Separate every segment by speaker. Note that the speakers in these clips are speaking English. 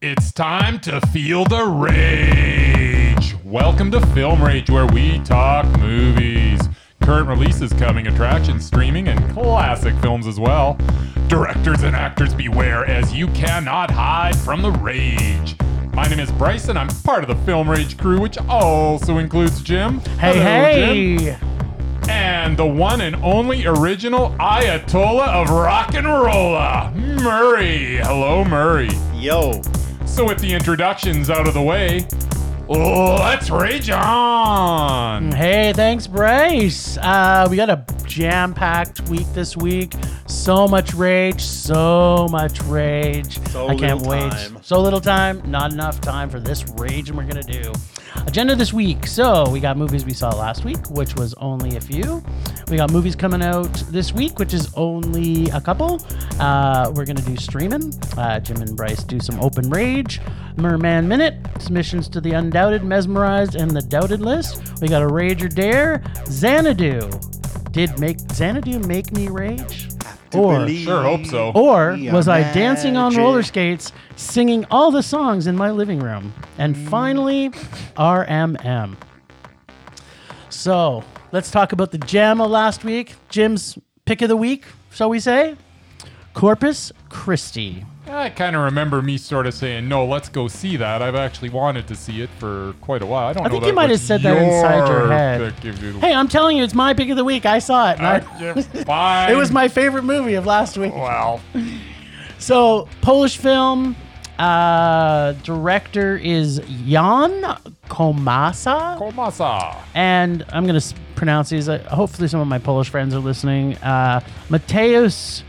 Speaker 1: It's time to feel the rage. Welcome to Film Rage, where we talk movies, current releases, coming attractions, streaming, and classic films as well. Directors and actors beware, as you cannot hide from the rage. My name is Bryson. I'm part of the Film Rage crew, which also includes Jim.
Speaker 2: Hey,
Speaker 1: Hello,
Speaker 2: hey!
Speaker 1: Jim. And the one and only original Ayatollah of rock and rolla, Murray. Hello, Murray.
Speaker 3: Yo,
Speaker 1: So, with the introductions out of the way, let's rage on.
Speaker 2: Hey, thanks, Brace. Uh, we got a jam-packed week this week. So much rage, so much rage.
Speaker 3: So
Speaker 2: I can't
Speaker 3: little
Speaker 2: wait.
Speaker 3: time.
Speaker 2: So little time, not enough time for this rage, and we're gonna do agenda this week. So we got movies we saw last week, which was only a few. We got movies coming out this week, which is only a couple. Uh, we're gonna do streaming. Uh, Jim and Bryce do some open rage, Merman Minute, submissions to the Undoubted, Mesmerized, and the Doubted list. We got a rage or dare, Xanadu. Did make Xanadu make me rage?
Speaker 3: to
Speaker 2: Or-
Speaker 3: believe-
Speaker 1: Sure hope so.
Speaker 2: or
Speaker 3: Yeah,
Speaker 2: was I dancing on
Speaker 3: magic.
Speaker 2: roller skates, singing all the songs in my living room? And
Speaker 3: Mm.
Speaker 2: finally, RMM. So let's talk about the jam of last week. Jim's pick of the week, shall we say? Corpus Christi.
Speaker 1: I kind of remember me sort of saying, "No, let's go see that." I've actually wanted to see it for quite a while. I don't.
Speaker 2: I
Speaker 1: know
Speaker 2: think
Speaker 1: that
Speaker 2: you might
Speaker 1: was
Speaker 2: have said that inside your head.
Speaker 1: pick of the-
Speaker 2: Hey, I'm telling you, it's my pick of the week. I saw it. and I-
Speaker 1: I- fine.
Speaker 2: it was my favorite movie of last week.
Speaker 1: Well,
Speaker 2: So Polish film uh, director is Jan Komasa,
Speaker 1: Komasa.
Speaker 2: and I'm gonna s- pronounce these. Uh, hopefully, some of my Polish friends are listening. Uh, Mateusz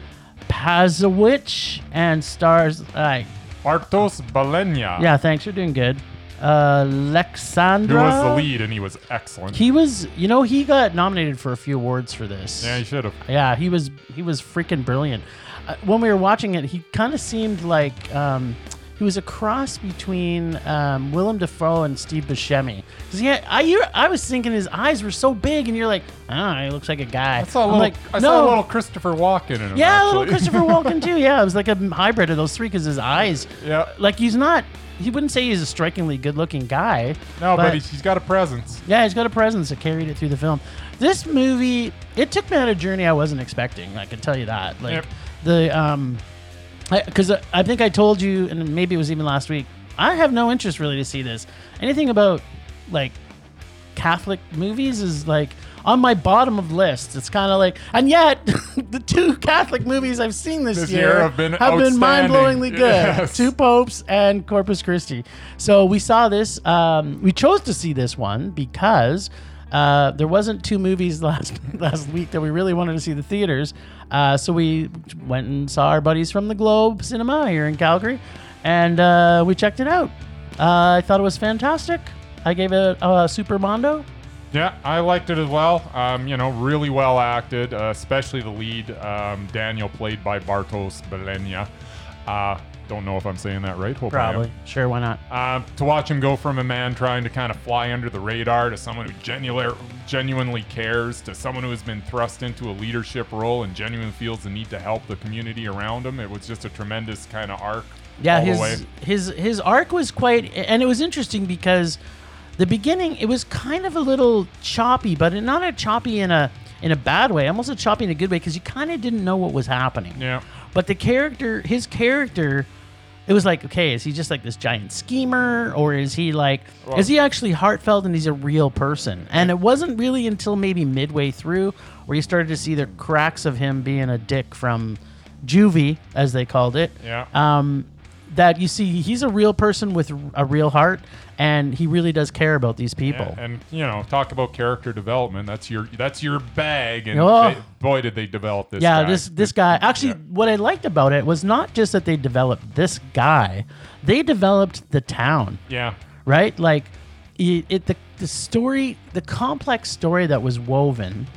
Speaker 2: Pazowicz and stars. Uh,
Speaker 1: Artos Balenia.
Speaker 2: yeah, thanks. You're doing good. Uh, Alexandra.
Speaker 1: Who was the lead, and he was excellent.
Speaker 2: He was, you know, he got nominated for a few awards for this.
Speaker 1: yeah, he should have.
Speaker 2: Yeah, he was he was freaking brilliant. Uh, when we were watching it, he kind of seemed like um, he was a cross between um, Willem Dafoe and Steve Buscemi. Cause he had, I you I was thinking his eyes were so big, and you're like, oh, he looks like a guy.
Speaker 1: I saw a
Speaker 2: I'm
Speaker 1: little.
Speaker 2: like,
Speaker 1: I
Speaker 2: no.
Speaker 1: saw a little Christopher Walken in him.
Speaker 2: yeah, a little
Speaker 1: actually.
Speaker 2: Christopher Walken too. Yeah, it was like a hybrid of those three because his eyes.
Speaker 1: Yeah.
Speaker 2: Like he's not. He wouldn't say he's a strikingly good-looking guy.
Speaker 1: no, but, he's, he's got a presence.
Speaker 2: Yeah, he's got a presence that carried it through the film. This movie, it took me on a journey I wasn't expecting. I can tell you that. Like
Speaker 1: Yep.
Speaker 2: the um, because I, uh, I think I told you, and maybe it was even last week. I have no interest really to see this. Anything about like Catholic movies is like on my bottom of list. It's kind of like, and yet the two Catholic movies I've seen this,
Speaker 1: This year have been outstanding.
Speaker 2: mind-blowingly good.
Speaker 1: Yes.
Speaker 2: Two popes and Corpus Christi. So we saw this. Um, we chose to see this one because. Uh, there wasn't two movies last last week that we really wanted to see in the theaters, uh, so we went and saw our buddies from the Globe Cinema here in Calgary, and uh, we checked it out. Uh, I thought it was fantastic. I gave it a, a super mondo.
Speaker 1: Yeah, I liked it as well. Um, you know, really well acted, uh, especially the lead, um, Daniel, played by Bartos Belenia. Uh, don't know if I'm saying that right. Hope
Speaker 2: Probably. Sure, why not?
Speaker 1: I am. Um, to watch him go from a man trying to kind of fly under the radar to someone who genuinely, genuinely cares to someone who has been thrust into a leadership role and genuinely feels the need to help the community around him, it was just a tremendous kind of arc.
Speaker 2: Yeah,
Speaker 1: all the
Speaker 2: his
Speaker 1: way.
Speaker 2: his his arc was quite, and it was interesting because the beginning it was kind of a little choppy, but not a choppy in a in a bad way, almost a choppy in a good way because you kind of didn't know what was happening.
Speaker 1: Yeah.
Speaker 2: But the character, his character, it was like, okay, is he just like this giant schemer, or is he like, is he actually heartfelt and he's a real person? And it wasn't really until maybe midway through where you started to see the cracks of him being a dick from juvie, as they called it.
Speaker 1: Yeah.
Speaker 2: Um, that you see, he's a real person with a real heart, and he really does care about these people.
Speaker 1: Yeah, and you know, talk about character development. That's your that's your bag. And
Speaker 2: Oh.
Speaker 1: they- boy, did they develop this.
Speaker 2: yeah
Speaker 1: guy.
Speaker 2: this this guy actually what i liked about it was not just that they developed this guy they developed the town
Speaker 1: Yeah,
Speaker 2: right like it, it the, the story the complex story that was woven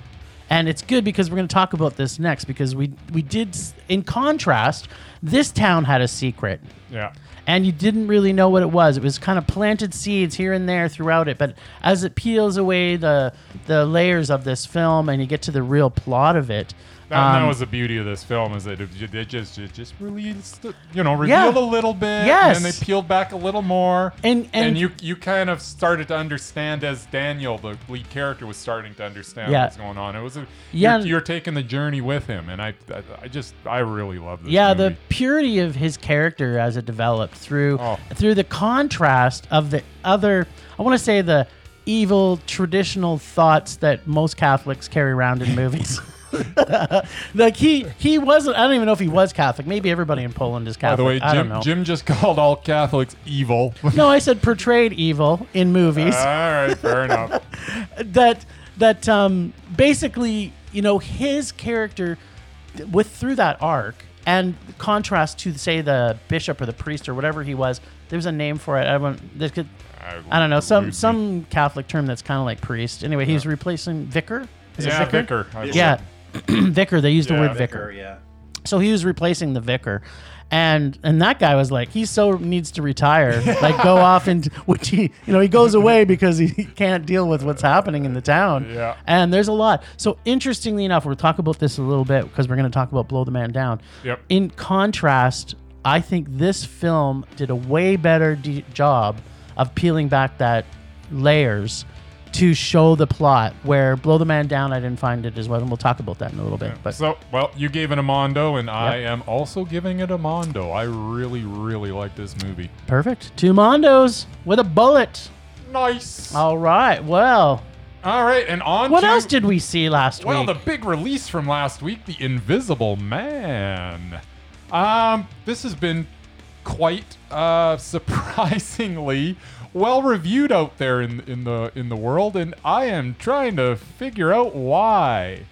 Speaker 2: and it's good because we're going to talk about this next because we we did s- in contrast this town had a secret
Speaker 1: yeah.
Speaker 2: and you didn't really know what it was. It was kind of planted seeds here and there throughout it, but as it peels away the the layers of this film and you get to the real plot of it,
Speaker 1: That, that
Speaker 2: Um,
Speaker 1: was the beauty of this film is that it, ju- they just it just released the- you know revealed
Speaker 2: Yeah.
Speaker 1: a little bit
Speaker 2: Yes.
Speaker 1: and then they peeled back a little more
Speaker 2: And- and-
Speaker 1: you you kind of started to understand as Daniel the lead character was starting to understand
Speaker 2: Yeah.
Speaker 1: what's going on. It was a,
Speaker 2: Yeah.
Speaker 1: you're, you're taking the journey with him and I I, I just I really love this.
Speaker 2: yeah the
Speaker 1: movie.
Speaker 2: purity of his character as it developed through
Speaker 1: Oh.
Speaker 2: through the contrast of the other i want to say the evil traditional thoughts that most catholics carry around in movies like he he wasn't i don't even know if he was catholic maybe everybody in poland is
Speaker 1: By the way,
Speaker 2: catholic i don't
Speaker 1: Jim,
Speaker 2: know
Speaker 1: Jim just called all Catholics evil. all
Speaker 2: no i said portrayed evil in movies
Speaker 1: Ah. right, fair enough.
Speaker 2: that that um, basically you know his character th- with through that arc and contrast to say the bishop or the priest or whatever he was there's a name for it i don't, this could, I don't know some some catholic term that's kind of like priest anyway he's replacing vicar is
Speaker 1: yeah,
Speaker 2: it vicar,
Speaker 1: vicar. I believe.
Speaker 2: yeah vicar they used the
Speaker 1: Yeah,
Speaker 2: word vicar
Speaker 3: Vicar, yeah.
Speaker 2: so he was replacing the vicar and and that guy was like he so needs to retire like go off and which he you know he goes away because he can't deal with what's happening in the town
Speaker 1: Yeah.
Speaker 2: and there's a lot so interestingly enough we'll talk about this a little bit because we're going to talk about blow the man down
Speaker 1: Yep.
Speaker 2: in contrast i think this film did a way better de- job of peeling back that layers to show the plot where blow the man down i didn't find it as well and we'll talk about that in a little bit but
Speaker 1: So, well, you gave it a Mondo, and I am also giving it a Mondo. I really, really like this movie.
Speaker 2: Perfect. Two Mondos with a bullet.
Speaker 1: Nice.
Speaker 2: All right. Well,
Speaker 1: All right, and on
Speaker 2: Oh. what
Speaker 1: to,
Speaker 2: else did we see last
Speaker 1: Well,
Speaker 2: week?
Speaker 1: the big release from last week, The Invisible Man. Um, this has been quite uh, surprisingly well reviewed out there in in the in the world, and I am trying to figure out why.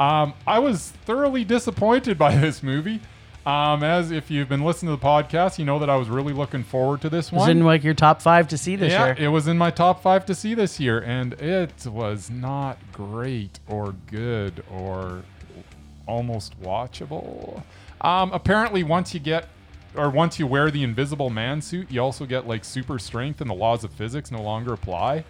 Speaker 1: Um, I was thoroughly disappointed by this movie. Um, as if you've been listening to the podcast, you know that I was really looking forward to this
Speaker 2: was
Speaker 1: one.
Speaker 2: in like your top five to see this
Speaker 1: Yeah,
Speaker 2: year.
Speaker 1: it was in my top five to see this year, and it was not great or good or almost watchable. Um, apparently, once you get or once you wear the invisible man suit, you also get like super strength, and the laws of physics no longer apply.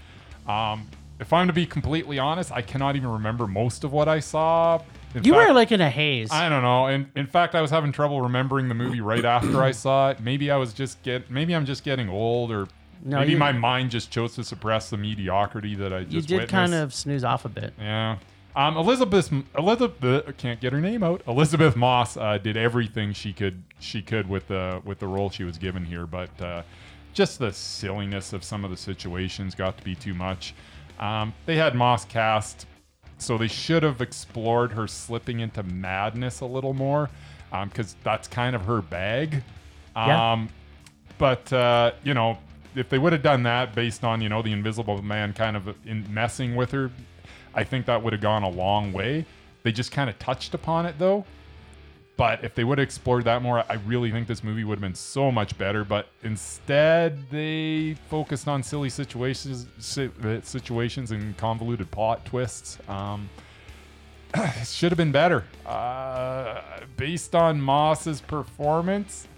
Speaker 1: Um, if I'm to be completely honest, I cannot even remember most of what I saw. In
Speaker 2: you
Speaker 1: fact-
Speaker 2: were like in a haze.
Speaker 1: I don't know. In in fact, I was having trouble remembering the movie right after I saw it. Maybe I was just get. Maybe I'm just getting old, or
Speaker 2: No,
Speaker 1: maybe
Speaker 2: you-
Speaker 1: my mind just chose to suppress the mediocrity that I just
Speaker 2: you did
Speaker 1: witnessed.
Speaker 2: kind of snooze off a bit.
Speaker 1: Yeah. Um, Elizabeth Elizabeth I can't get her name out. Elizabeth Moss uh, did everything she could she could with the with the role she was given here, but uh, just the silliness of some of the situations got to be too much. Um, they had Moss cast, so they should have explored her slipping into madness a little more, because that's kind of her bag.
Speaker 2: Yeah.
Speaker 1: Um, but uh, you know, if they would have done that based on you know the Invisible Man kind of in messing with her, I think that would have gone a long way. They just kind of touched upon it though. But if they would have explored that more, I really think this movie would have been so much better. But instead, they focused on silly situations, si- uh, situations and convoluted plot twists. Um, it should have been better. Uh, based on Moss's performance,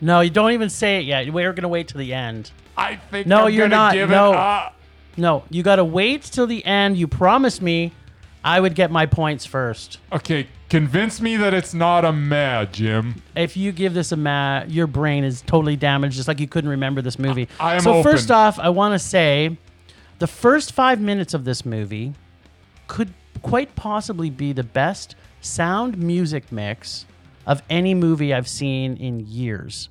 Speaker 2: No, you don't even say it yet. We're gonna wait till the end.
Speaker 1: I think
Speaker 2: No,
Speaker 1: I'm
Speaker 2: you're
Speaker 1: gonna
Speaker 2: not.
Speaker 1: give
Speaker 2: No.
Speaker 1: it up.
Speaker 2: No, you gotta wait till the end. You promised me I would get my points first.
Speaker 1: Okay, convince me that it's not a mad, Jim.
Speaker 2: if you give this a ma your brain is totally damaged, just like you couldn't remember this movie.
Speaker 1: I am
Speaker 2: so
Speaker 1: open.
Speaker 2: first off, I want to say, the first five minutes of this movie could quite possibly be the best sound music mix of any movie I've seen in years.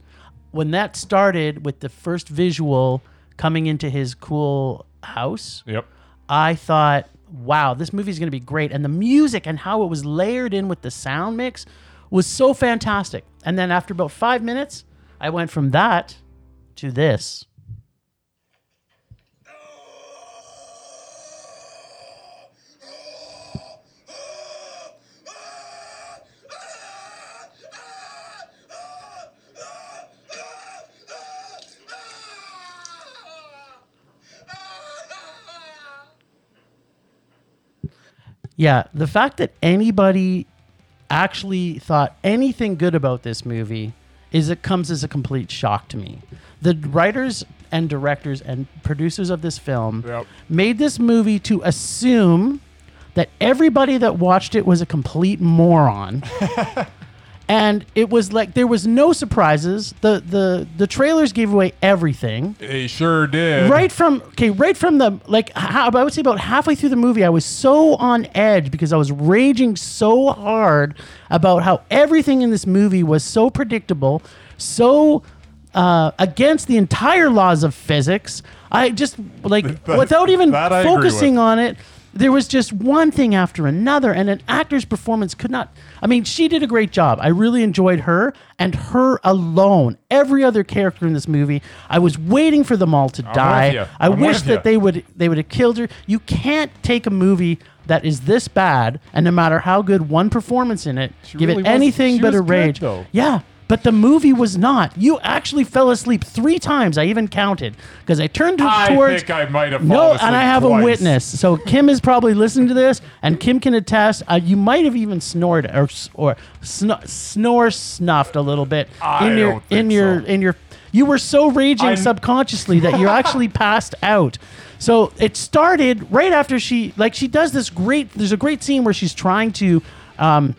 Speaker 2: When that started with the first visual coming into his cool house,
Speaker 1: Yep.
Speaker 2: I thought, wow, this movie's going to be great. And the music and how it was layered in with the sound mix was so fantastic. And then after about five minutes, I went from that to this. Yeah, the fact that anybody actually thought anything good about this movie is it comes as a complete shock to me. The writers and directors and producers of this film
Speaker 1: Yep.
Speaker 2: made this movie to assume that everybody that watched it was a complete moron. and it was like there was no surprises. The the the trailers gave away everything.
Speaker 1: They sure did.
Speaker 2: Right from okay, right from the like how, I would say about halfway through the movie, I was so on edge because I was raging so hard about how everything in this movie was so predictable, so uh, against the entire laws of physics. I just like
Speaker 1: That-
Speaker 2: without even
Speaker 1: that I agree with.
Speaker 2: focusing on it. There was just one thing after another, and an actor's performance could not. I mean, she did a great job. I really enjoyed her and her alone. Every other character in this movie, I was waiting for them all to
Speaker 1: ya.
Speaker 2: die. I
Speaker 1: I'm
Speaker 2: wish
Speaker 1: with ya.
Speaker 2: that they would they would have killed her. You can't take a movie that is this bad, and no matter how good one performance in it, give
Speaker 1: really
Speaker 2: it
Speaker 1: was-
Speaker 2: anything
Speaker 1: she
Speaker 2: but
Speaker 1: was
Speaker 2: a
Speaker 1: good,
Speaker 2: rage.
Speaker 1: though.
Speaker 2: Yeah, but the movie was not. You actually fell asleep three times. I even counted because I turned to,
Speaker 1: I
Speaker 2: towards.
Speaker 1: think I might have
Speaker 2: no,
Speaker 1: fallen asleep
Speaker 2: and I have
Speaker 1: twice.
Speaker 2: a witness. So Kim is probably listening to this, and Kim can attest. Uh, you might have even snored or s- or sno- snore snuffed a little bit
Speaker 1: I
Speaker 2: in your
Speaker 1: don't think
Speaker 2: in your
Speaker 1: so.
Speaker 2: in your. You were so raging
Speaker 1: I'm-
Speaker 2: subconsciously that you actually passed out. So it started right after she like she does this great. There's a great scene where she's trying to. Um,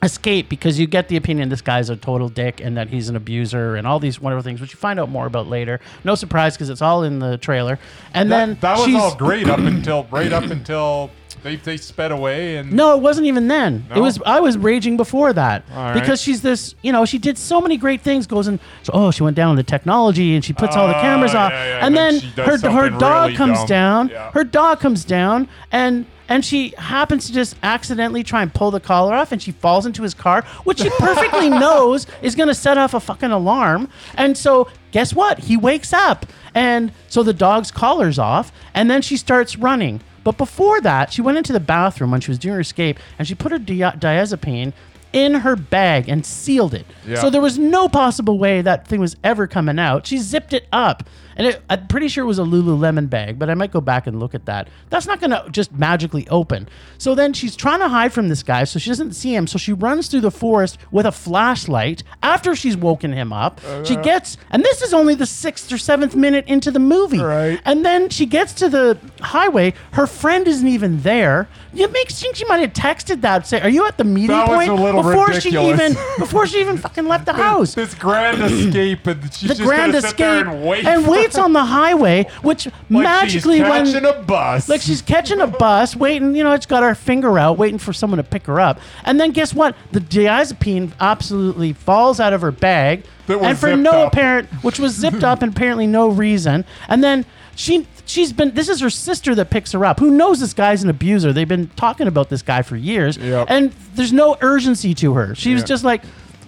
Speaker 2: escape because you get the opinion this guy's a total dick and that he's an abuser and all these wonderful things, which you find out more about later. No surprise because it's all in the trailer. And
Speaker 1: That,
Speaker 2: then
Speaker 1: that was
Speaker 2: she's-
Speaker 1: all great up until right up until they they sped away and
Speaker 2: No, it wasn't even then. It
Speaker 1: No?
Speaker 2: was I was raging before that
Speaker 1: All right.
Speaker 2: because she's this. You know, she did so many great things. Goes and so, oh, she went down to technology and she puts all the
Speaker 1: Ah,
Speaker 2: cameras
Speaker 1: yeah,
Speaker 2: off,
Speaker 1: yeah,
Speaker 2: and
Speaker 1: and then
Speaker 2: then
Speaker 1: she does
Speaker 2: her her
Speaker 1: something
Speaker 2: dog
Speaker 1: really
Speaker 2: comes
Speaker 1: dumb.
Speaker 2: down.
Speaker 1: Yeah.
Speaker 2: Her dog comes down and. And she happens to just accidentally try and pull the collar off, and she falls into his car, which she perfectly knows is going to set off a fucking alarm. And so, guess what? He wakes up, and so the dog's collar's off, and then she starts running. But before that, she went into the bathroom when she was doing her escape and she put her dia- diazepine in her bag and sealed it.
Speaker 1: Yeah.
Speaker 2: So there was no possible way that thing was ever coming out. She zipped it up. And it, I'm pretty sure it was a Lululemon bag, but I might go back and look at that. That's not going to just magically open. So then she's trying to hide from this guy so she doesn't see him. So she runs through the forest with a flashlight after she's woken him up. She
Speaker 1: Uh-huh.
Speaker 2: gets, and this is only the sixth or seventh minute into the movie.
Speaker 1: Right.
Speaker 2: And then she gets to the highway. Her friend isn't even there. You make think she might have texted that. Say, are you at the meeting
Speaker 1: That was
Speaker 2: point
Speaker 1: a little
Speaker 2: before
Speaker 1: ridiculous.
Speaker 2: she even before she even fucking left the house?
Speaker 1: this grand escape and she's
Speaker 2: the
Speaker 1: just
Speaker 2: grand
Speaker 1: gonna sit
Speaker 2: escape
Speaker 1: there and wait for-
Speaker 2: waits on the highway, which
Speaker 1: like
Speaker 2: magically
Speaker 1: she's
Speaker 2: when
Speaker 1: catching a bus
Speaker 2: like she's catching a bus, waiting. You know, it's got her finger out, waiting for someone to pick her up. And then guess what? The diazepine absolutely falls out of her bag,
Speaker 1: That was
Speaker 2: and for
Speaker 1: zipped
Speaker 2: no
Speaker 1: up.
Speaker 2: apparent, which was zipped up and apparently no reason. And then she she's been. This is her sister that picks her up, who knows this guy's an abuser. They've been talking about this guy for years,
Speaker 1: Yep.
Speaker 2: and there's no urgency to her. She was
Speaker 1: Yeah.
Speaker 2: just like.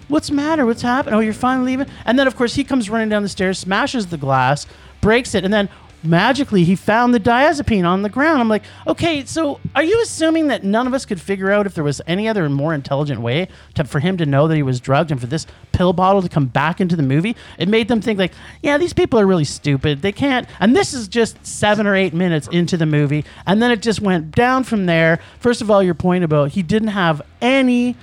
Speaker 2: What's the matter? What's happened? Oh, you're finally leaving. And then, of course, he comes running down the stairs, smashes the glass, breaks it, and then magically he found the diazepine on the ground. I'm like, okay, so are you assuming that none of us could figure out if there was any other more intelligent way to, for him to know that he was drugged and for this pill bottle to come back into the movie? It made them think like, yeah, these people are really stupid. They can't. And this is just seven or eight minutes into the movie, and then it just went down from there. First of all, your point about he didn't have any.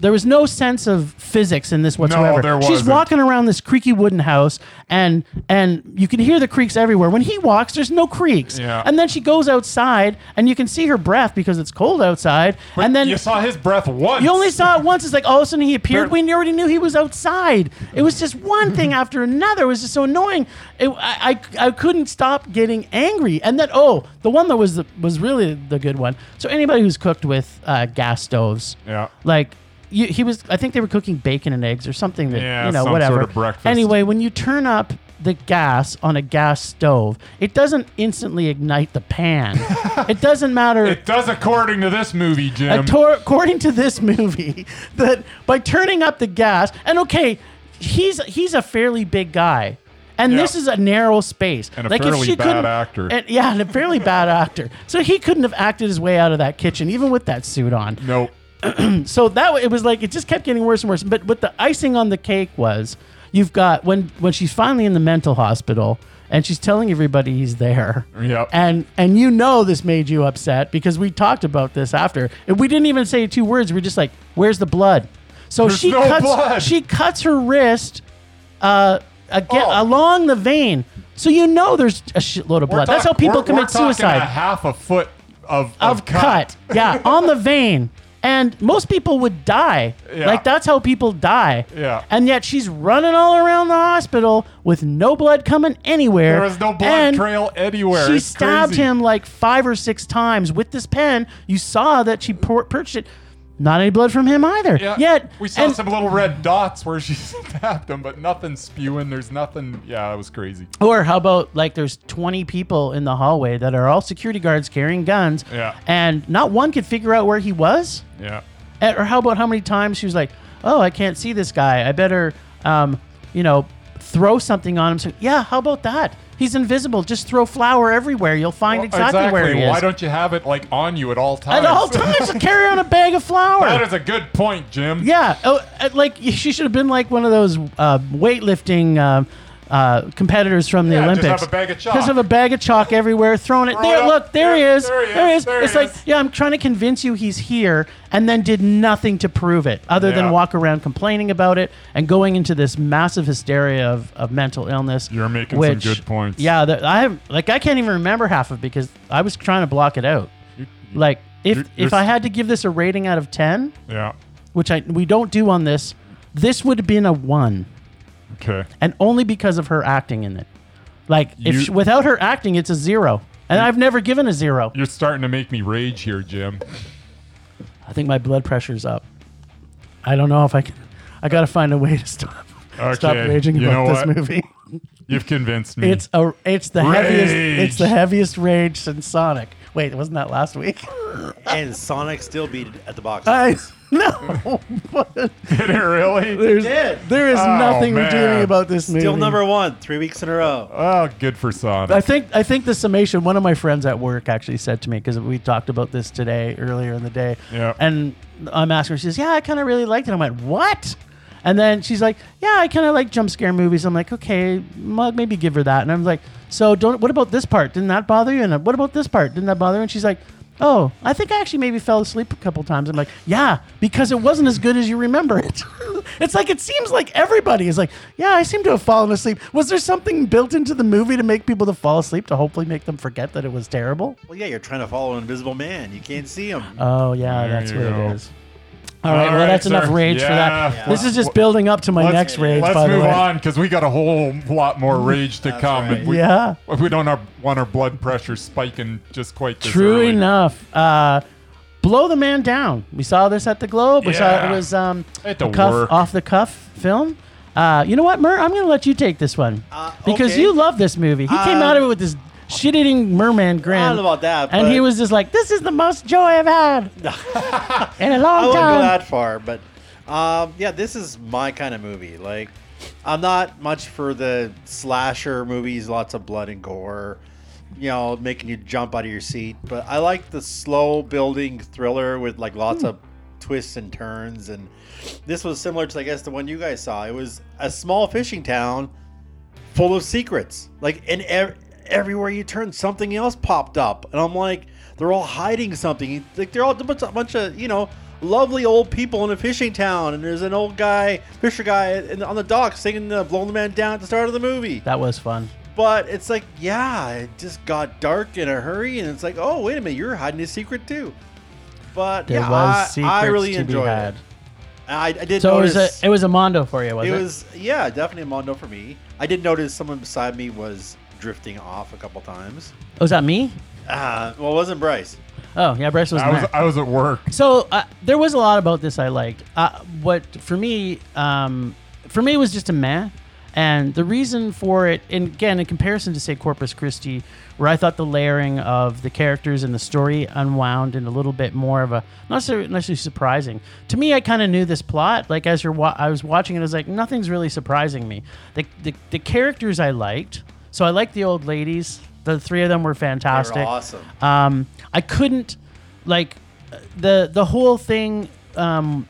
Speaker 2: There was no sense of physics in this whatsoever.
Speaker 1: there
Speaker 2: She's
Speaker 1: wasn't.
Speaker 2: walking around this creaky wooden house, and and you can hear the creaks everywhere. When he walks, there's no creaks.
Speaker 1: Yeah.
Speaker 2: And then she goes outside, and you can see her breath because it's cold outside. and then
Speaker 1: you saw his breath once
Speaker 2: you only saw it once. It's like all of a sudden he appeared. We already knew he was outside. It was just
Speaker 1: Mm-hmm.
Speaker 2: one thing after another. It was just so annoying. It, I, I I couldn't stop getting angry. And then oh, the one that was the, was really the good one. So anybody who's cooked with uh, gas stoves,
Speaker 1: Yeah.
Speaker 2: like. You, he was. I think they were cooking bacon and eggs or something that
Speaker 1: Yeah,
Speaker 2: you know
Speaker 1: some
Speaker 2: whatever.
Speaker 1: sort of breakfast.
Speaker 2: Anyway, when you turn up the gas on a gas stove, it doesn't instantly ignite the pan. it doesn't matter.
Speaker 1: it does according to this movie jim
Speaker 2: Actor- according to this movie, that by turning up the gas, and okay, he's he's a fairly big guy, and
Speaker 1: Yeah.
Speaker 2: this is a narrow space.
Speaker 1: And a fairly bad
Speaker 2: couldn't-
Speaker 1: actor.
Speaker 2: and- yeah, and a fairly bad actor. So he couldn't have acted his way out of that kitchen, even with that suit on
Speaker 1: no
Speaker 2: so that w- it was like it just kept getting worse and worse. But what the icing on the cake was, you've got when when she's finally in the mental hospital and she's telling everybody he's there.
Speaker 1: Yep.
Speaker 2: And and you know this made you upset because we talked about this after. And we didn't even say two words. We are just like, "Where's the blood?" So she
Speaker 1: no
Speaker 2: cuts
Speaker 1: blood.
Speaker 2: she cuts her wrist uh again
Speaker 1: Oh.
Speaker 2: along the vein. So you know there's a shitload of blood. That's how
Speaker 1: talk-
Speaker 2: people
Speaker 1: we're-
Speaker 2: commit
Speaker 1: we're talking
Speaker 2: suicide.
Speaker 1: a half a foot of,
Speaker 2: of cut. Yeah, on the vein. And most people would die.
Speaker 1: Yeah.
Speaker 2: Like that's how people die.
Speaker 1: Yeah.
Speaker 2: And yet she's running all around the hospital with no blood coming anywhere.
Speaker 1: There was no blood
Speaker 2: And
Speaker 1: trail anywhere.
Speaker 2: She
Speaker 1: It's
Speaker 2: stabbed
Speaker 1: crazy.
Speaker 2: him like five or six times with this pen. You saw that she por- perched it. Not any blood from him either.
Speaker 1: Yeah.
Speaker 2: Yet
Speaker 1: we saw
Speaker 2: and-
Speaker 1: some little red dots where she stabbed him, but nothing spewing. There's nothing. Yeah, it was crazy.
Speaker 2: Or how about like there's 20 people in the hallway that are all security guards carrying guns,
Speaker 1: Yeah.
Speaker 2: and not one could figure out where he was.
Speaker 1: Yeah.
Speaker 2: And- Or how about how many times she was like, "Oh, I can't see this guy. I better, um, you know, throw something on him." So yeah, how about that? He's invisible. Just throw flour everywhere. You'll find
Speaker 1: Well,
Speaker 2: exactly, where he
Speaker 1: Why
Speaker 2: is.
Speaker 1: don't you have it like on you at all times?
Speaker 2: At all times, carry on a bag of flour.
Speaker 1: that is a good point, Jim.
Speaker 2: Yeah, oh, uh, like she should have been like one of those uh, weightlifting um uh, competitors from the
Speaker 1: Yeah, just
Speaker 2: Olympics.
Speaker 1: have a bag of chalk.
Speaker 2: Just have a bag of chalk everywhere, throwing it.
Speaker 1: Throw
Speaker 2: there,
Speaker 1: it up.
Speaker 2: look, there,
Speaker 1: There-
Speaker 2: he is.
Speaker 1: there he
Speaker 2: There he
Speaker 1: is,
Speaker 2: is.
Speaker 1: there he
Speaker 2: It's like,
Speaker 1: is.
Speaker 2: yeah, I'm trying to convince you he's here, and then did nothing to prove it, other
Speaker 1: Yeah.
Speaker 2: than walk around complaining about it and going into this massive hysteria of, of mental illness.
Speaker 1: You're making some good points.
Speaker 2: Yeah, that I have like I can't even remember half of it because I was trying to block it out. Like if
Speaker 1: You're-
Speaker 2: if
Speaker 1: you're-
Speaker 2: I had to give this a rating out of ten,
Speaker 1: Yeah.
Speaker 2: which I we don't do on this, this would have been a one,
Speaker 1: Okay.
Speaker 2: and only because of her acting in it. Like if
Speaker 1: You-
Speaker 2: she, without her acting, it's a zero, and I've never given a zero.
Speaker 1: You're starting to make me rage here, Jim.
Speaker 2: I think my blood pressure's up. I don't know if I can. I gotta find a way to stop stop
Speaker 1: Okay,
Speaker 2: raging
Speaker 1: you
Speaker 2: about
Speaker 1: know
Speaker 2: this
Speaker 1: what?
Speaker 2: movie.
Speaker 1: You've convinced me.
Speaker 2: It's a it's the heaviest it's the
Speaker 1: Rage.
Speaker 2: heaviest rage since Sonic. Wait, wasn't that last week?
Speaker 3: and Sonic still beat it at the box.
Speaker 2: I no.
Speaker 1: Did it really?
Speaker 2: There's, there is
Speaker 1: Oh,
Speaker 2: nothing redeeming
Speaker 1: man.
Speaker 2: about this movie.
Speaker 3: still number one, three weeks in a row.
Speaker 1: Oh, good for Sonic.
Speaker 2: I think I think the summation. One of my friends at work actually said to me because we talked about this today earlier in the day.
Speaker 1: Yeah.
Speaker 2: And I'm asking her. She says, "Yeah, I kind of really liked it." I went, "What?" And then she's like, "Yeah, I kind of like jump scare movies." I'm like, "Okay, mug, maybe give her that." And I'm like, "So don't. What about this part? Didn't that bother you?" And uh, what about this part? Didn't that bother you? And she's like. Oh, I think I actually maybe fell asleep a couple times. I'm like, yeah, because it wasn't as good as you remember it. it's like it seems like everybody is like, yeah, I seem to have fallen asleep. Was there something built into the movie to make people to fall asleep to hopefully make them forget that it was terrible?
Speaker 3: Well, yeah, you're trying to follow an invisible man. You can't see him.
Speaker 2: Oh yeah,
Speaker 1: There
Speaker 2: that's
Speaker 1: you
Speaker 2: what
Speaker 1: go.
Speaker 2: it is. All right,
Speaker 1: All
Speaker 2: well
Speaker 1: right,
Speaker 2: that's enough
Speaker 1: sir.
Speaker 2: rage for
Speaker 1: Yeah.
Speaker 2: that.
Speaker 1: Yeah.
Speaker 2: This is just
Speaker 1: Well,
Speaker 2: building up to my next rage.
Speaker 1: Let's
Speaker 2: by the
Speaker 1: move
Speaker 2: way.
Speaker 1: on because we got a whole lot more rage to
Speaker 3: That's
Speaker 1: come.
Speaker 3: right.
Speaker 1: and we,
Speaker 2: Yeah.
Speaker 1: If we don't our, want our blood pressure spiking just quite this
Speaker 2: True
Speaker 1: early.
Speaker 2: enough. Uh, blow the man down. We saw this at the Globe. We saw
Speaker 1: Yeah.
Speaker 2: it was um,
Speaker 1: It don't
Speaker 2: a cuff-
Speaker 1: work.
Speaker 2: off the cuff film. Uh, you know what, Mer? I'm going to let you take this one
Speaker 3: Uh,
Speaker 2: because
Speaker 3: okay.
Speaker 2: you love this movie. He came
Speaker 3: Um,
Speaker 2: out of it with this shit-eating merman grin.
Speaker 3: I don't know about that,
Speaker 2: And he
Speaker 3: but-
Speaker 2: was just like, "This is the most joy I've had in a long
Speaker 3: I wouldn't go
Speaker 2: time."
Speaker 3: that far, but um, yeah, this is my kind of movie. Like, I'm not much for the slasher movies, lots of blood and gore, you know, making you jump out of your seat. But I like the slow building thriller with like lots
Speaker 2: Hmm.
Speaker 3: of twists and turns. And this was similar to, I guess, the one you guys saw. It was a small fishing town full of secrets. Like, and ev- everywhere you turn, something else popped up, and I'm like, they're all hiding something. Like, they're all a bunch, a bunch of you know, lovely old people in a fishing town, and there's an old guy, fisher guy, in, on the dock singing uh, "Blow the Man Down" at the start of the movie.
Speaker 2: That was fun.
Speaker 3: But it's like, yeah, it just got dark in a hurry, and it's like, oh, wait a minute, you're hiding a secret too. But
Speaker 2: There
Speaker 3: yeah,
Speaker 2: was
Speaker 3: I,
Speaker 2: secrets
Speaker 3: I really
Speaker 2: to
Speaker 3: enjoyed
Speaker 2: be had.
Speaker 3: it. I, I did
Speaker 2: So it
Speaker 3: notice
Speaker 2: was a it was a mondo for you, was
Speaker 3: it
Speaker 2: it?
Speaker 3: was yeah, definitely a mondo for me. I did notice someone beside me was drifting off a couple times.
Speaker 2: was Oh, that me? Ah.
Speaker 3: Uh, well, it wasn't Bryce?
Speaker 2: Oh yeah, Bryce was.
Speaker 1: I was,
Speaker 2: there.
Speaker 1: I was at work.
Speaker 2: So uh, there was a lot about this I liked. Uh, what for me, um, for me it was just a meh. And the reason for it, and again, in comparison to say Corpus Christi, where I thought the layering of the characters and the story unwound in a little bit more of a not so necessarily surprising. To me, I kind of knew this plot. Like as you're, wa- I was watching it, I was like, nothing's really surprising me. The the, the characters I liked, so I liked the old ladies. The three of them were
Speaker 3: They
Speaker 2: fantastic.
Speaker 3: were awesome.
Speaker 2: Um, I couldn't like uh, the the whole thing um,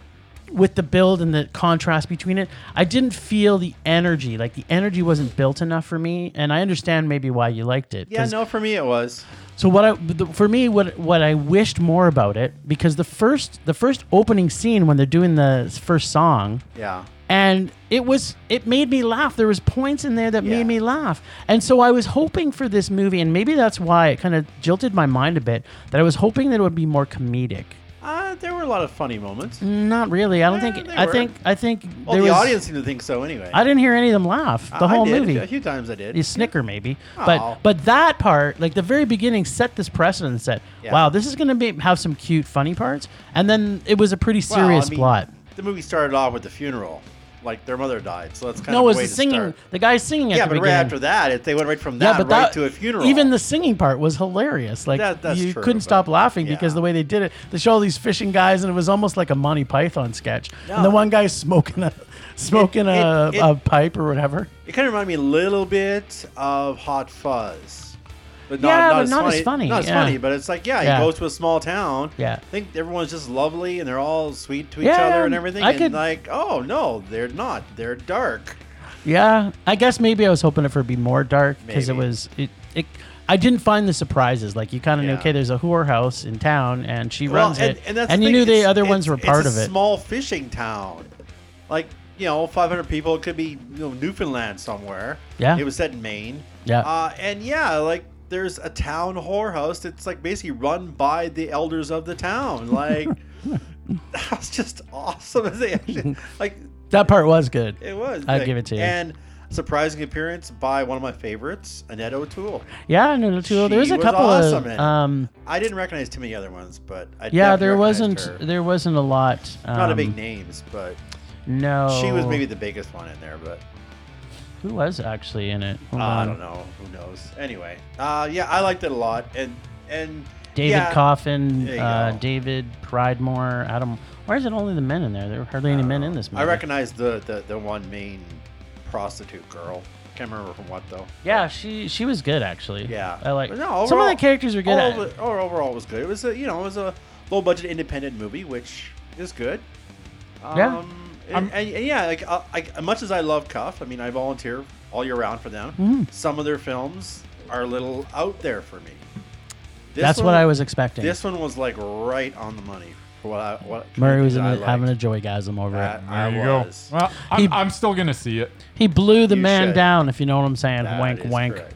Speaker 2: with the build and the contrast between it. I didn't feel the energy. Like the energy wasn't built enough for me, and I understand maybe why you liked it.
Speaker 3: Yeah,
Speaker 2: 'cause-
Speaker 3: no, for me it was.
Speaker 2: So what I the- for me what what I wished more about it because the first the first opening scene when they're doing the first song
Speaker 3: Yeah,
Speaker 2: and it was it made me laugh there was points in there that
Speaker 3: Yeah.
Speaker 2: made me laugh and so i was hoping for this movie and maybe that's why it kind of jilted my mind a bit that i was hoping that it would be more comedic
Speaker 3: Uh, there were a lot of funny moments.
Speaker 2: not really i don't
Speaker 3: Yeah,
Speaker 2: think
Speaker 3: Eh, they
Speaker 2: i
Speaker 3: were.
Speaker 2: think i think
Speaker 3: Well,
Speaker 2: Mm, there
Speaker 3: the
Speaker 2: was-
Speaker 3: audience seemed to think so anyway.
Speaker 2: i didn't hear any of them laugh the
Speaker 3: I- I
Speaker 2: whole
Speaker 3: did.
Speaker 2: movie
Speaker 3: A few times I did.
Speaker 2: you snicker maybe
Speaker 3: Aw.
Speaker 2: but but that part like the very beginning set this precedent that
Speaker 3: Yeah.
Speaker 2: wow this is gonna be have some cute funny parts and then it was a pretty
Speaker 3: Well, I
Speaker 2: serious
Speaker 3: mean,
Speaker 2: plot
Speaker 3: The movie started off with the funeral, like their mother died, so that's kind
Speaker 2: no
Speaker 3: of
Speaker 2: it
Speaker 3: a
Speaker 2: was
Speaker 3: way
Speaker 2: the
Speaker 3: to
Speaker 2: singing
Speaker 3: start.
Speaker 2: the guy singing at
Speaker 3: yeah,
Speaker 2: the
Speaker 3: but
Speaker 2: beginning
Speaker 3: right after that, it, they went right from that right to a funeral.
Speaker 2: Even the singing part was hilarious. Like
Speaker 3: That- that's
Speaker 2: you
Speaker 3: true,
Speaker 2: couldn't
Speaker 3: but-
Speaker 2: stop laughing because
Speaker 3: yeah.
Speaker 2: the way they did it, they show all these fishing guys, and it was almost like a Monty Python sketch. And
Speaker 3: No.
Speaker 2: the one guy smoking a smoking a,
Speaker 3: it- it-
Speaker 2: a pipe or whatever.
Speaker 3: it kind of reminded me a little bit of Hot Fuzz, but not,
Speaker 2: Yeah,
Speaker 3: not,
Speaker 2: but
Speaker 3: as,
Speaker 2: not as
Speaker 3: funny.
Speaker 2: funny,
Speaker 3: Not as
Speaker 2: yeah.
Speaker 3: funny, but it's like yeah,
Speaker 2: Yeah.
Speaker 3: he goes to a small town.
Speaker 2: Yeah.
Speaker 3: I think everyone's just lovely and they're all sweet to each
Speaker 2: Yeah,
Speaker 3: other
Speaker 2: yeah,
Speaker 3: and everything.
Speaker 2: I
Speaker 3: and
Speaker 2: could-
Speaker 3: like, oh no, they're not. They're dark.
Speaker 2: Yeah, I guess maybe I was hoping it would be more dark because it
Speaker 3: Maybe.
Speaker 2: was it. it I didn't find the surprises. Like you kind of knew,
Speaker 3: Yeah.
Speaker 2: okay, there's a whorehouse in town, and she runs
Speaker 3: and,
Speaker 2: it,
Speaker 3: and,
Speaker 2: and,
Speaker 3: that's
Speaker 2: you
Speaker 3: thing,
Speaker 2: knew the
Speaker 3: it's-
Speaker 2: other ones
Speaker 3: it's-
Speaker 2: were part
Speaker 3: it's
Speaker 2: of
Speaker 3: a
Speaker 2: it.
Speaker 3: Small fishing town, like you know, 500 people. It could be you know Newfoundland somewhere.
Speaker 2: Yeah.
Speaker 3: it was set in Maine.
Speaker 2: Yeah.
Speaker 3: uh, and yeah, like there's a town whorehouse that's like basically run by the elders of the town. Like that's just awesome. They actually- like
Speaker 2: that part was good.
Speaker 3: it was.
Speaker 2: I'd
Speaker 3: like,
Speaker 2: give it to you.
Speaker 3: And surprising appearance by one of my favorites, Annette O'Toole.
Speaker 2: yeah, no, no, too. There was
Speaker 3: She
Speaker 2: a
Speaker 3: was
Speaker 2: couple
Speaker 3: awesome in
Speaker 2: of
Speaker 3: it.
Speaker 2: um,
Speaker 3: I didn't recognize too many other ones, but I
Speaker 2: yeah,
Speaker 3: definitely
Speaker 2: there
Speaker 3: recognized
Speaker 2: wasn't
Speaker 3: her.
Speaker 2: there wasn't a lot. Um,
Speaker 3: Not a big names, but
Speaker 2: No,
Speaker 3: She was maybe the biggest one in there, but
Speaker 2: Who was actually in it? Hold
Speaker 3: uh, I
Speaker 2: on.
Speaker 3: don't know. Who knows? Anyway, uh, yeah, I liked it a lot, and and
Speaker 2: David
Speaker 3: yeah,
Speaker 2: Coffin,
Speaker 3: There you
Speaker 2: uh,
Speaker 3: go.
Speaker 2: David Pridemore, Adam. Why is it only the men in there? There were hardly any men in this movie.
Speaker 3: Uh, I recognize the, the the one main prostitute girl. Can't remember from what though.
Speaker 2: Yeah, she she was good actually.
Speaker 3: Yeah,
Speaker 2: I like
Speaker 3: But no,
Speaker 2: some of
Speaker 3: overall-
Speaker 2: the characters are good.
Speaker 3: All
Speaker 2: at,
Speaker 3: over- or overall was good. It was a you know it was a low budget independent movie, which is good. Um,
Speaker 2: Yeah.
Speaker 3: And, and, and yeah, like uh, I, as much as I love Cuff, I mean I volunteer all year round for them.
Speaker 2: Mm.
Speaker 3: Some of their films are a little out there for me. This
Speaker 2: That's what
Speaker 3: one-
Speaker 2: I was expecting.
Speaker 3: This one was like right on the money for what I what
Speaker 2: Murray was in
Speaker 3: I
Speaker 2: a,
Speaker 3: liked.
Speaker 2: having a joygasm over
Speaker 3: That
Speaker 2: it.
Speaker 1: There
Speaker 3: I
Speaker 1: you
Speaker 3: was.
Speaker 1: go. Well, I'm,
Speaker 2: He-
Speaker 1: I'm still gonna see it.
Speaker 2: He blew the
Speaker 3: You
Speaker 2: man
Speaker 3: should.
Speaker 2: down, if you know what I'm saying.
Speaker 3: That
Speaker 2: wank,
Speaker 3: is
Speaker 2: wank.
Speaker 3: correct.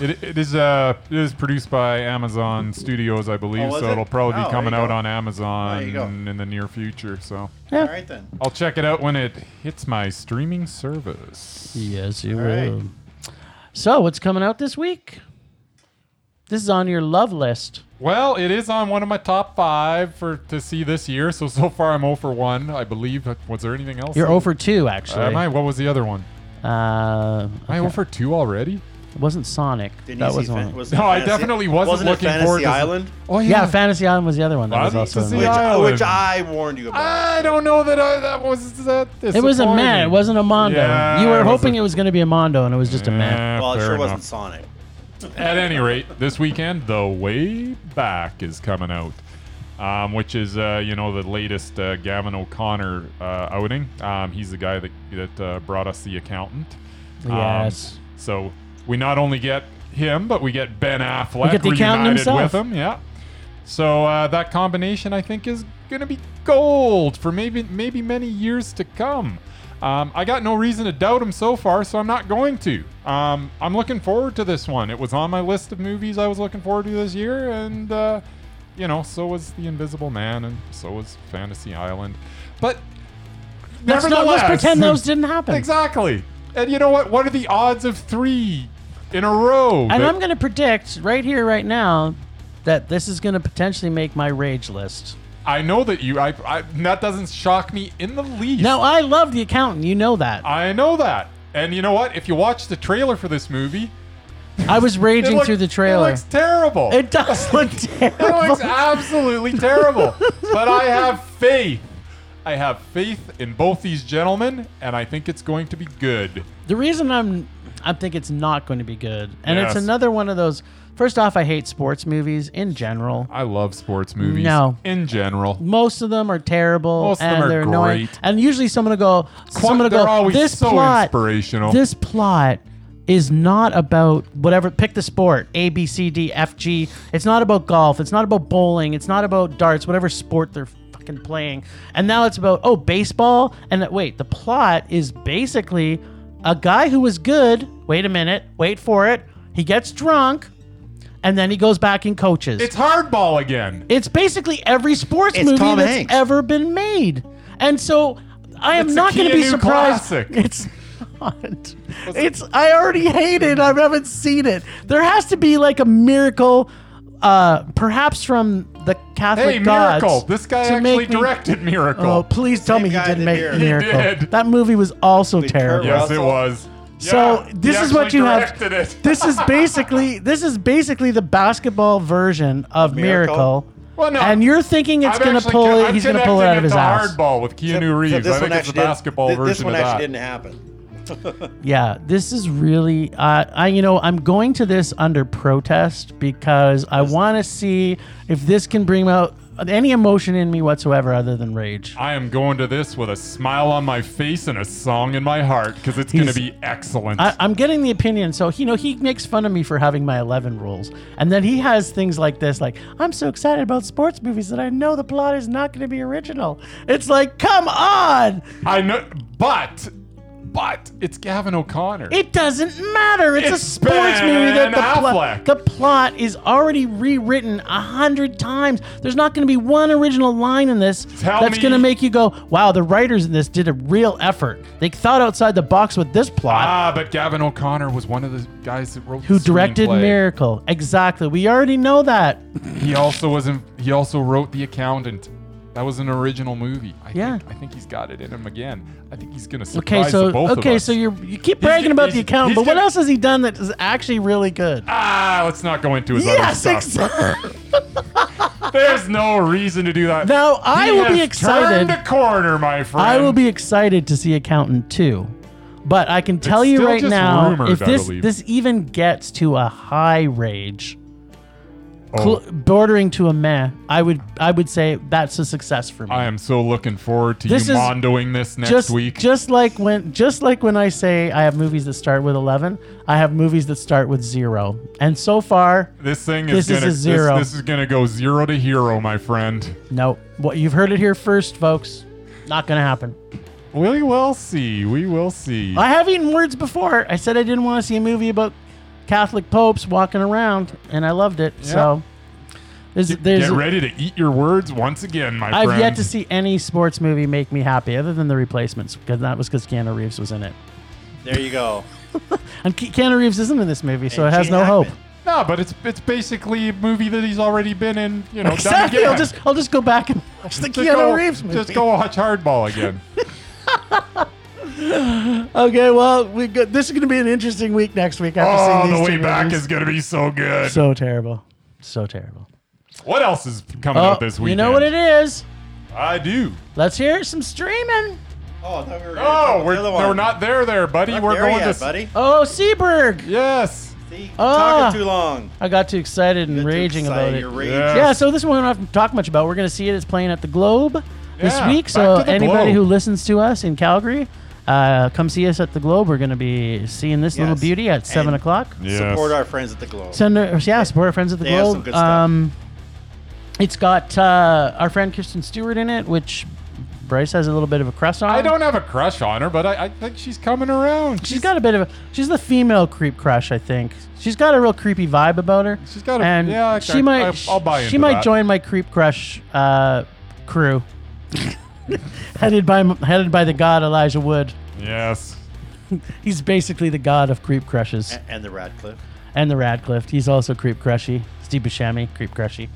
Speaker 1: It, it is uh it is produced by Amazon Studios, I believe,
Speaker 3: Oh, was
Speaker 1: so
Speaker 3: it?
Speaker 1: will probably
Speaker 3: Oh,
Speaker 1: be
Speaker 3: there
Speaker 1: coming
Speaker 3: you
Speaker 1: out
Speaker 3: go.
Speaker 1: on Amazon
Speaker 3: There you go.
Speaker 1: in the near future. So
Speaker 2: Yeah.
Speaker 3: All right then.
Speaker 1: I'll check it out when it hits my streaming service.
Speaker 2: Yes, you
Speaker 3: right.
Speaker 2: will. So, what's coming out this week? This is on your love list.
Speaker 1: Well, it is on one of my top five for to see this year. So so far I'm 0 for one, I believe. Was there anything else?
Speaker 2: You're oh over two, actually.
Speaker 1: Am I? What was the other one?
Speaker 2: Uh,
Speaker 1: Am I 0 for two already?
Speaker 2: it wasn't Sonic.
Speaker 3: Didn't
Speaker 2: that
Speaker 3: you
Speaker 2: was
Speaker 3: see
Speaker 2: one.
Speaker 3: Fan- was
Speaker 1: No, I
Speaker 3: Fantasy-
Speaker 1: definitely wasn't
Speaker 3: wasn't it
Speaker 1: looking
Speaker 3: Fantasy
Speaker 1: forward to-
Speaker 3: Island,
Speaker 1: Oh
Speaker 2: yeah. Fantasy Island was the other one that was
Speaker 1: Fantasy
Speaker 2: also. in
Speaker 1: Island.
Speaker 2: there.
Speaker 3: which,
Speaker 1: Island.
Speaker 3: which I warned you about.
Speaker 1: I don't know that I, that was that.
Speaker 2: It was a man. It wasn't a Mondo.
Speaker 1: Yeah,
Speaker 2: you
Speaker 1: it
Speaker 2: were
Speaker 1: was
Speaker 2: hoping
Speaker 1: a-
Speaker 2: it was going to be a Mondo, and it was just a man.
Speaker 1: Eh,
Speaker 3: well, it
Speaker 1: fair
Speaker 3: sure
Speaker 1: enough.
Speaker 3: wasn't Sonic.
Speaker 1: At any rate, this weekend, The Way Back is coming out, um, which is, uh, you know, the latest uh, Gavin O'Connor uh, outing. Um, he's the guy that, that uh, brought us The Accountant. Um,
Speaker 2: Yes.
Speaker 1: so we not only get him, but we get Ben Affleck
Speaker 2: We get The Accountant
Speaker 1: reunited
Speaker 2: himself.
Speaker 1: with him. Yeah. So uh, that combination, I think, is going to be gold for maybe maybe many years to come. Um, I got no reason to doubt him so far, so I'm not going to. Um, I'm looking forward to this one. It was on my list of movies I was looking forward to this year, and uh, you know, so was The Invisible Man, and so was Fantasy Island. But
Speaker 2: Let's, not, let's
Speaker 1: nevertheless-
Speaker 2: pretend those didn't happen.
Speaker 1: Exactly. And you know what? What are the odds of three in a row?
Speaker 2: And
Speaker 1: that-
Speaker 2: I'm going to predict right here, right now, that this is going to potentially make my rage list.
Speaker 1: I know that you. I, I that doesn't shock me in the least.
Speaker 2: Now, I love The Accountant. You know that.
Speaker 1: I know that. And you know what? If you watch the trailer for this movie,
Speaker 2: I was
Speaker 1: it
Speaker 2: raging
Speaker 1: look-
Speaker 2: through the
Speaker 1: it
Speaker 2: trailer.
Speaker 1: looks terrible.
Speaker 2: It does look
Speaker 1: It looks
Speaker 2: terrible.
Speaker 1: absolutely terrible. But I have faith. I have faith in both these gentlemen, and I think it's going to be good.
Speaker 2: The reason I'm, I think it's not going to be good, and
Speaker 1: Yes.
Speaker 2: it's another one of those. First off, I hate sports movies in general.
Speaker 1: I love sports movies.
Speaker 2: No.
Speaker 1: in general.
Speaker 2: Most of them are terrible,
Speaker 1: Most of
Speaker 2: and
Speaker 1: them are
Speaker 2: they're annoying.
Speaker 1: great.
Speaker 2: And usually, someone will go, someone
Speaker 1: They're
Speaker 2: will go,
Speaker 1: always
Speaker 2: this
Speaker 1: so
Speaker 2: plot,
Speaker 1: inspirational.
Speaker 2: this plot is not about whatever. Pick the sport: A, B, C, D, F, G. It's not about golf. It's not about bowling. It's not about darts. Whatever sport they're fucking fucking playing. And now it's about oh baseball. And wait, the plot is basically a guy who was good. Wait a minute, wait for it. He gets drunk, and then he goes back and coaches.
Speaker 1: It's hardball again.
Speaker 2: It's basically every sports
Speaker 3: It's
Speaker 2: movie
Speaker 3: Tom
Speaker 2: that's
Speaker 3: Hanks.
Speaker 2: ever been made. And so I am
Speaker 1: It's a
Speaker 2: not going to be
Speaker 1: Keanu
Speaker 2: surprised.
Speaker 1: classic.
Speaker 2: It's not. It's I already hate it. I haven't seen it. There has to be like a miracle uh perhaps from the Catholic
Speaker 1: Hey,
Speaker 2: gods
Speaker 1: Miracle! This guy
Speaker 2: to
Speaker 1: actually
Speaker 2: make me-
Speaker 1: directed Miracle.
Speaker 2: Oh, please tell
Speaker 3: Same
Speaker 2: me he
Speaker 3: guy
Speaker 2: didn't
Speaker 3: that
Speaker 2: make
Speaker 3: did. He
Speaker 2: Miracle.
Speaker 1: did.
Speaker 2: That movie was also
Speaker 3: Kurt
Speaker 2: terrible.
Speaker 1: yes, it
Speaker 3: Russell.
Speaker 1: was.
Speaker 2: So,
Speaker 1: Yeah,
Speaker 2: this
Speaker 1: he
Speaker 2: is what
Speaker 1: actually
Speaker 2: you have-
Speaker 1: directed It.
Speaker 2: This is basically this is basically the basketball version of Miracle.
Speaker 3: Miracle?
Speaker 1: Well, no.
Speaker 2: And you're thinking it's
Speaker 1: I'm
Speaker 2: going to
Speaker 1: actually
Speaker 2: pull
Speaker 1: con-
Speaker 2: it.
Speaker 1: I'm
Speaker 2: He's going to pull it
Speaker 1: connecting
Speaker 2: out of his
Speaker 1: to
Speaker 2: ass.
Speaker 1: Hardball with Keanu
Speaker 3: So
Speaker 1: Reeves.
Speaker 3: this
Speaker 1: I
Speaker 3: one
Speaker 1: think it's the
Speaker 3: actually did-
Speaker 1: basketball
Speaker 3: thi-
Speaker 1: version
Speaker 3: This one
Speaker 1: of
Speaker 3: actually
Speaker 1: that.
Speaker 3: didn't happen.
Speaker 2: Yeah, this is really. Uh, I you know I'm going to this under protest because I want to see if this can bring out any emotion in me whatsoever other than rage.
Speaker 1: I am going to this with a smile on my face and a song in my heart because it's going to
Speaker 2: He's-
Speaker 1: be excellent.
Speaker 2: I, I'm getting the opinion. So you know he makes fun of me for having my 11 rules, and then he has things like this, like I'm so excited about sports movies that I know the plot is not going to be original. It's like, come on,
Speaker 1: I know, but but it's Gavin O'Connor.
Speaker 2: it doesn't matter. It's,
Speaker 1: It's
Speaker 2: a sports movie that the
Speaker 1: Ben
Speaker 2: plot
Speaker 1: Affleck.
Speaker 2: the plot is already rewritten a hundred times. There's not going to be one original line in this
Speaker 1: Tell
Speaker 2: that's
Speaker 1: me-
Speaker 2: going to make you go, "Wow, the writers in this did a real effort. They thought outside the box with this plot."
Speaker 1: ah, but Gavin O'Connor was one of the guys that wrote
Speaker 2: Who
Speaker 1: the
Speaker 2: directed
Speaker 1: screenplay.
Speaker 2: Miracle? Exactly. We already know that.
Speaker 1: He also was in, he also wrote The Accountant. That was an original movie. I
Speaker 2: Yeah.
Speaker 1: think, I think he's got it in him again. I think he's gonna surprise
Speaker 2: Okay, so
Speaker 1: the both
Speaker 2: okay,
Speaker 1: of us.
Speaker 2: so you you keep bragging
Speaker 1: gonna-
Speaker 2: about the
Speaker 1: he's-
Speaker 2: account,
Speaker 1: he's
Speaker 2: but what
Speaker 1: gonna-
Speaker 2: else has he done that is actually really good?
Speaker 1: ah, let's not go into his other
Speaker 2: yes,
Speaker 1: stuff.
Speaker 2: exactly.
Speaker 1: There's no reason to do that.
Speaker 2: Now I
Speaker 1: He
Speaker 2: will be
Speaker 1: has
Speaker 2: excited.
Speaker 1: Turned a corner, my friend.
Speaker 2: I will be excited to see Accountant 2. But I can tell
Speaker 1: It's
Speaker 2: you
Speaker 1: still
Speaker 2: right
Speaker 1: just
Speaker 2: now,
Speaker 1: rumored,
Speaker 2: if
Speaker 1: I
Speaker 2: this
Speaker 1: believe.
Speaker 2: this even gets to a high rage,
Speaker 1: Oh,
Speaker 2: cl- bordering to a meh, I would I would say that's a success for me.
Speaker 1: I am so looking forward to
Speaker 2: This
Speaker 1: you
Speaker 2: is
Speaker 1: mondoing this next
Speaker 2: just
Speaker 1: week.
Speaker 2: just like when just like when I say I have movies that start with eleven, I have movies that start with zero. And so far,
Speaker 1: this thing is
Speaker 2: this is
Speaker 1: gonna
Speaker 2: a zero.
Speaker 1: This, this is gonna go zero to hero, my friend.
Speaker 2: no. What you've heard it here first, folks. Not gonna happen.
Speaker 1: We will see. We will see.
Speaker 2: I have eaten words before. I said I didn't want to see a movie about Catholic popes walking around, and I loved it. So there's,
Speaker 1: Get
Speaker 2: there's
Speaker 1: ready to eat your words once again, my
Speaker 2: I've
Speaker 1: friend.
Speaker 2: yet to see any sports movie make me happy other than The Replacements, because that was because Keanu Reeves was in it,
Speaker 3: There you go.
Speaker 2: and Ke- Keanu Reeves isn't in this movie, so
Speaker 3: And
Speaker 2: it has
Speaker 3: Gene
Speaker 2: no
Speaker 3: Hackman.
Speaker 2: hope.
Speaker 1: No, but it's it's basically a movie that he's already been in. You know, done
Speaker 2: Exactly.
Speaker 1: again.
Speaker 2: I'll just I'll just go back and watch the
Speaker 1: Just
Speaker 2: Keanu
Speaker 1: go-
Speaker 2: Reeves movie.
Speaker 1: Just go watch Hardball again.
Speaker 2: Okay. Well, we go, this is going to be an interesting week next week after
Speaker 1: oh,
Speaker 2: seeing these
Speaker 1: the way
Speaker 2: two
Speaker 1: back
Speaker 2: movies.
Speaker 1: is gonna be so good.
Speaker 2: so terrible, so terrible.
Speaker 1: what else is coming out this
Speaker 2: Oh, you
Speaker 1: weekend?
Speaker 2: know what it is.
Speaker 1: I do.
Speaker 2: Let's hear some streaming.
Speaker 3: Oh, I thought we were gonna talk
Speaker 1: Oh,
Speaker 3: about
Speaker 1: we're,
Speaker 3: the other
Speaker 1: no, we're
Speaker 3: one.
Speaker 1: not there, there, buddy.
Speaker 3: Not
Speaker 1: we're
Speaker 3: there
Speaker 1: going
Speaker 3: yet,
Speaker 1: to.
Speaker 3: buddy.
Speaker 2: Oh, Seberg.
Speaker 1: Yes.
Speaker 3: See, you're
Speaker 2: Ah.
Speaker 3: talking too long.
Speaker 2: I got too excited and
Speaker 3: Been too
Speaker 2: raging
Speaker 3: excited.
Speaker 2: about it.
Speaker 3: You're raging.
Speaker 1: Yeah.
Speaker 2: yeah, so this one we don't have to talk much about. We're going to see it. It's playing at the Globe this
Speaker 1: Yeah,
Speaker 2: week.
Speaker 1: back
Speaker 2: So
Speaker 1: to the
Speaker 2: anybody
Speaker 1: Globe.
Speaker 2: who listens to us in Calgary, uh, come see us at the Globe. We're going to be seeing this little
Speaker 3: Yes.
Speaker 2: beauty at seven
Speaker 3: And-
Speaker 2: o'clock.
Speaker 3: Support our friends at the Globe.
Speaker 2: Send her, yeah, support our friends at the
Speaker 3: They have
Speaker 2: Globe.
Speaker 3: some good stuff.
Speaker 2: Um, it's got uh, our friend Kristen Stewart in it, which Bryce has a little bit of a crush on.
Speaker 1: I don't have a crush on her, but I, I think she's coming around.
Speaker 2: Oh. She's got a bit of a. She's the female creep crush, I think. She's got a real creepy vibe about her.
Speaker 1: She's got a-
Speaker 2: And
Speaker 1: yeah, I-
Speaker 2: she
Speaker 1: I-
Speaker 2: might.
Speaker 1: I- I'll buy
Speaker 2: She
Speaker 1: into
Speaker 2: might
Speaker 1: that.
Speaker 2: join my creep crush uh, crew, headed by headed by the god Elijah Wood.
Speaker 1: Yes.
Speaker 2: He's basically the god of creep crushes,
Speaker 3: A- And the Radcliffe.
Speaker 2: and the Radcliffe. He's also creep crushy. Steve Buscemi, creep crushy.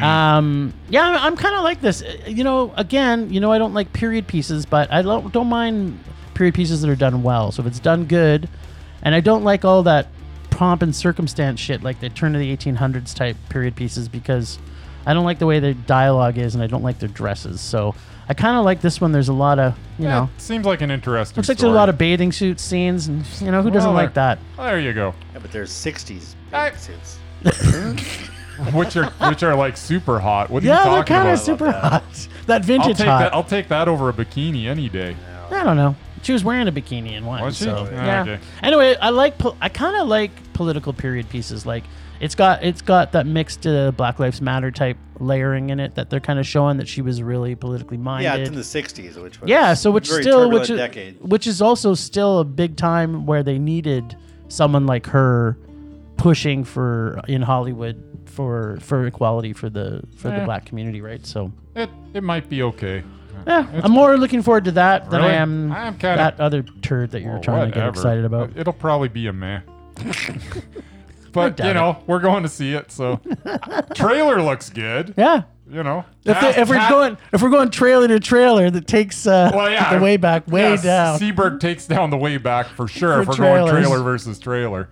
Speaker 2: Um, yeah, I'm, I'm kind of like this. Uh, You know, again, you know, I don't like period pieces, but I don't, don't mind period pieces that are done well. So if it's done good, and I don't like all that pomp and circumstance shit, like the turn of the 1800s type period pieces, because I don't like the way their dialogue is, and I don't like their dresses. So I kind of like this one. There's a lot of, you
Speaker 1: Yeah,
Speaker 2: know,
Speaker 1: it seems like an interesting.
Speaker 2: looks like there's
Speaker 1: story.
Speaker 2: a lot of bathing suit scenes, and you know, who doesn't
Speaker 1: Well,
Speaker 2: like that?
Speaker 1: There you go.
Speaker 3: Yeah, but there's 60s.
Speaker 1: I-
Speaker 3: since.
Speaker 1: Which are which are like super hot. What are
Speaker 2: Yeah,
Speaker 1: you
Speaker 2: they're
Speaker 1: talking
Speaker 2: kind of
Speaker 1: about?
Speaker 2: super
Speaker 3: that.
Speaker 2: hot. That
Speaker 1: I'll
Speaker 2: vintage
Speaker 1: take
Speaker 2: hot.
Speaker 1: that. I'll take that over a bikini any day.
Speaker 2: I don't know. She was wearing a bikini in one.
Speaker 1: Was she?
Speaker 2: So,
Speaker 1: Oh,
Speaker 2: yeah.
Speaker 1: okay.
Speaker 2: Anyway, I like. Po- I kind of like political period pieces. Like it's got it's got that mixed uh, Black Lives Matter type layering in it that they're kind of showing that she was really politically minded.
Speaker 3: Yeah, it's in the '60s, which was
Speaker 2: Yeah, so which
Speaker 3: very
Speaker 2: still
Speaker 3: turbulent
Speaker 2: which is,
Speaker 3: decade.
Speaker 2: which is also still a big time where they needed someone like her pushing for in Hollywood for for equality for the for
Speaker 1: Eh.
Speaker 2: the black community, right? So
Speaker 1: It, it might be okay.
Speaker 2: yeah, I'm more looking forward to that than I
Speaker 1: Really?
Speaker 2: am
Speaker 1: I'm kinda-
Speaker 2: that other turd that you're
Speaker 1: Or
Speaker 2: trying to get
Speaker 1: whatever.
Speaker 2: excited about.
Speaker 1: It'll probably be a meh. but
Speaker 2: doubt
Speaker 1: you know, we're going to see it, so trailer looks good.
Speaker 2: Yeah.
Speaker 1: You know,
Speaker 2: If, they- if we're going if we're going trailer to trailer, that takes uh,
Speaker 1: Well, yeah.
Speaker 2: the way back way
Speaker 1: yes,
Speaker 2: down.
Speaker 1: Seabird takes down the way back for sure.
Speaker 2: For
Speaker 1: if we're going
Speaker 2: trailers.
Speaker 1: trailer versus trailer,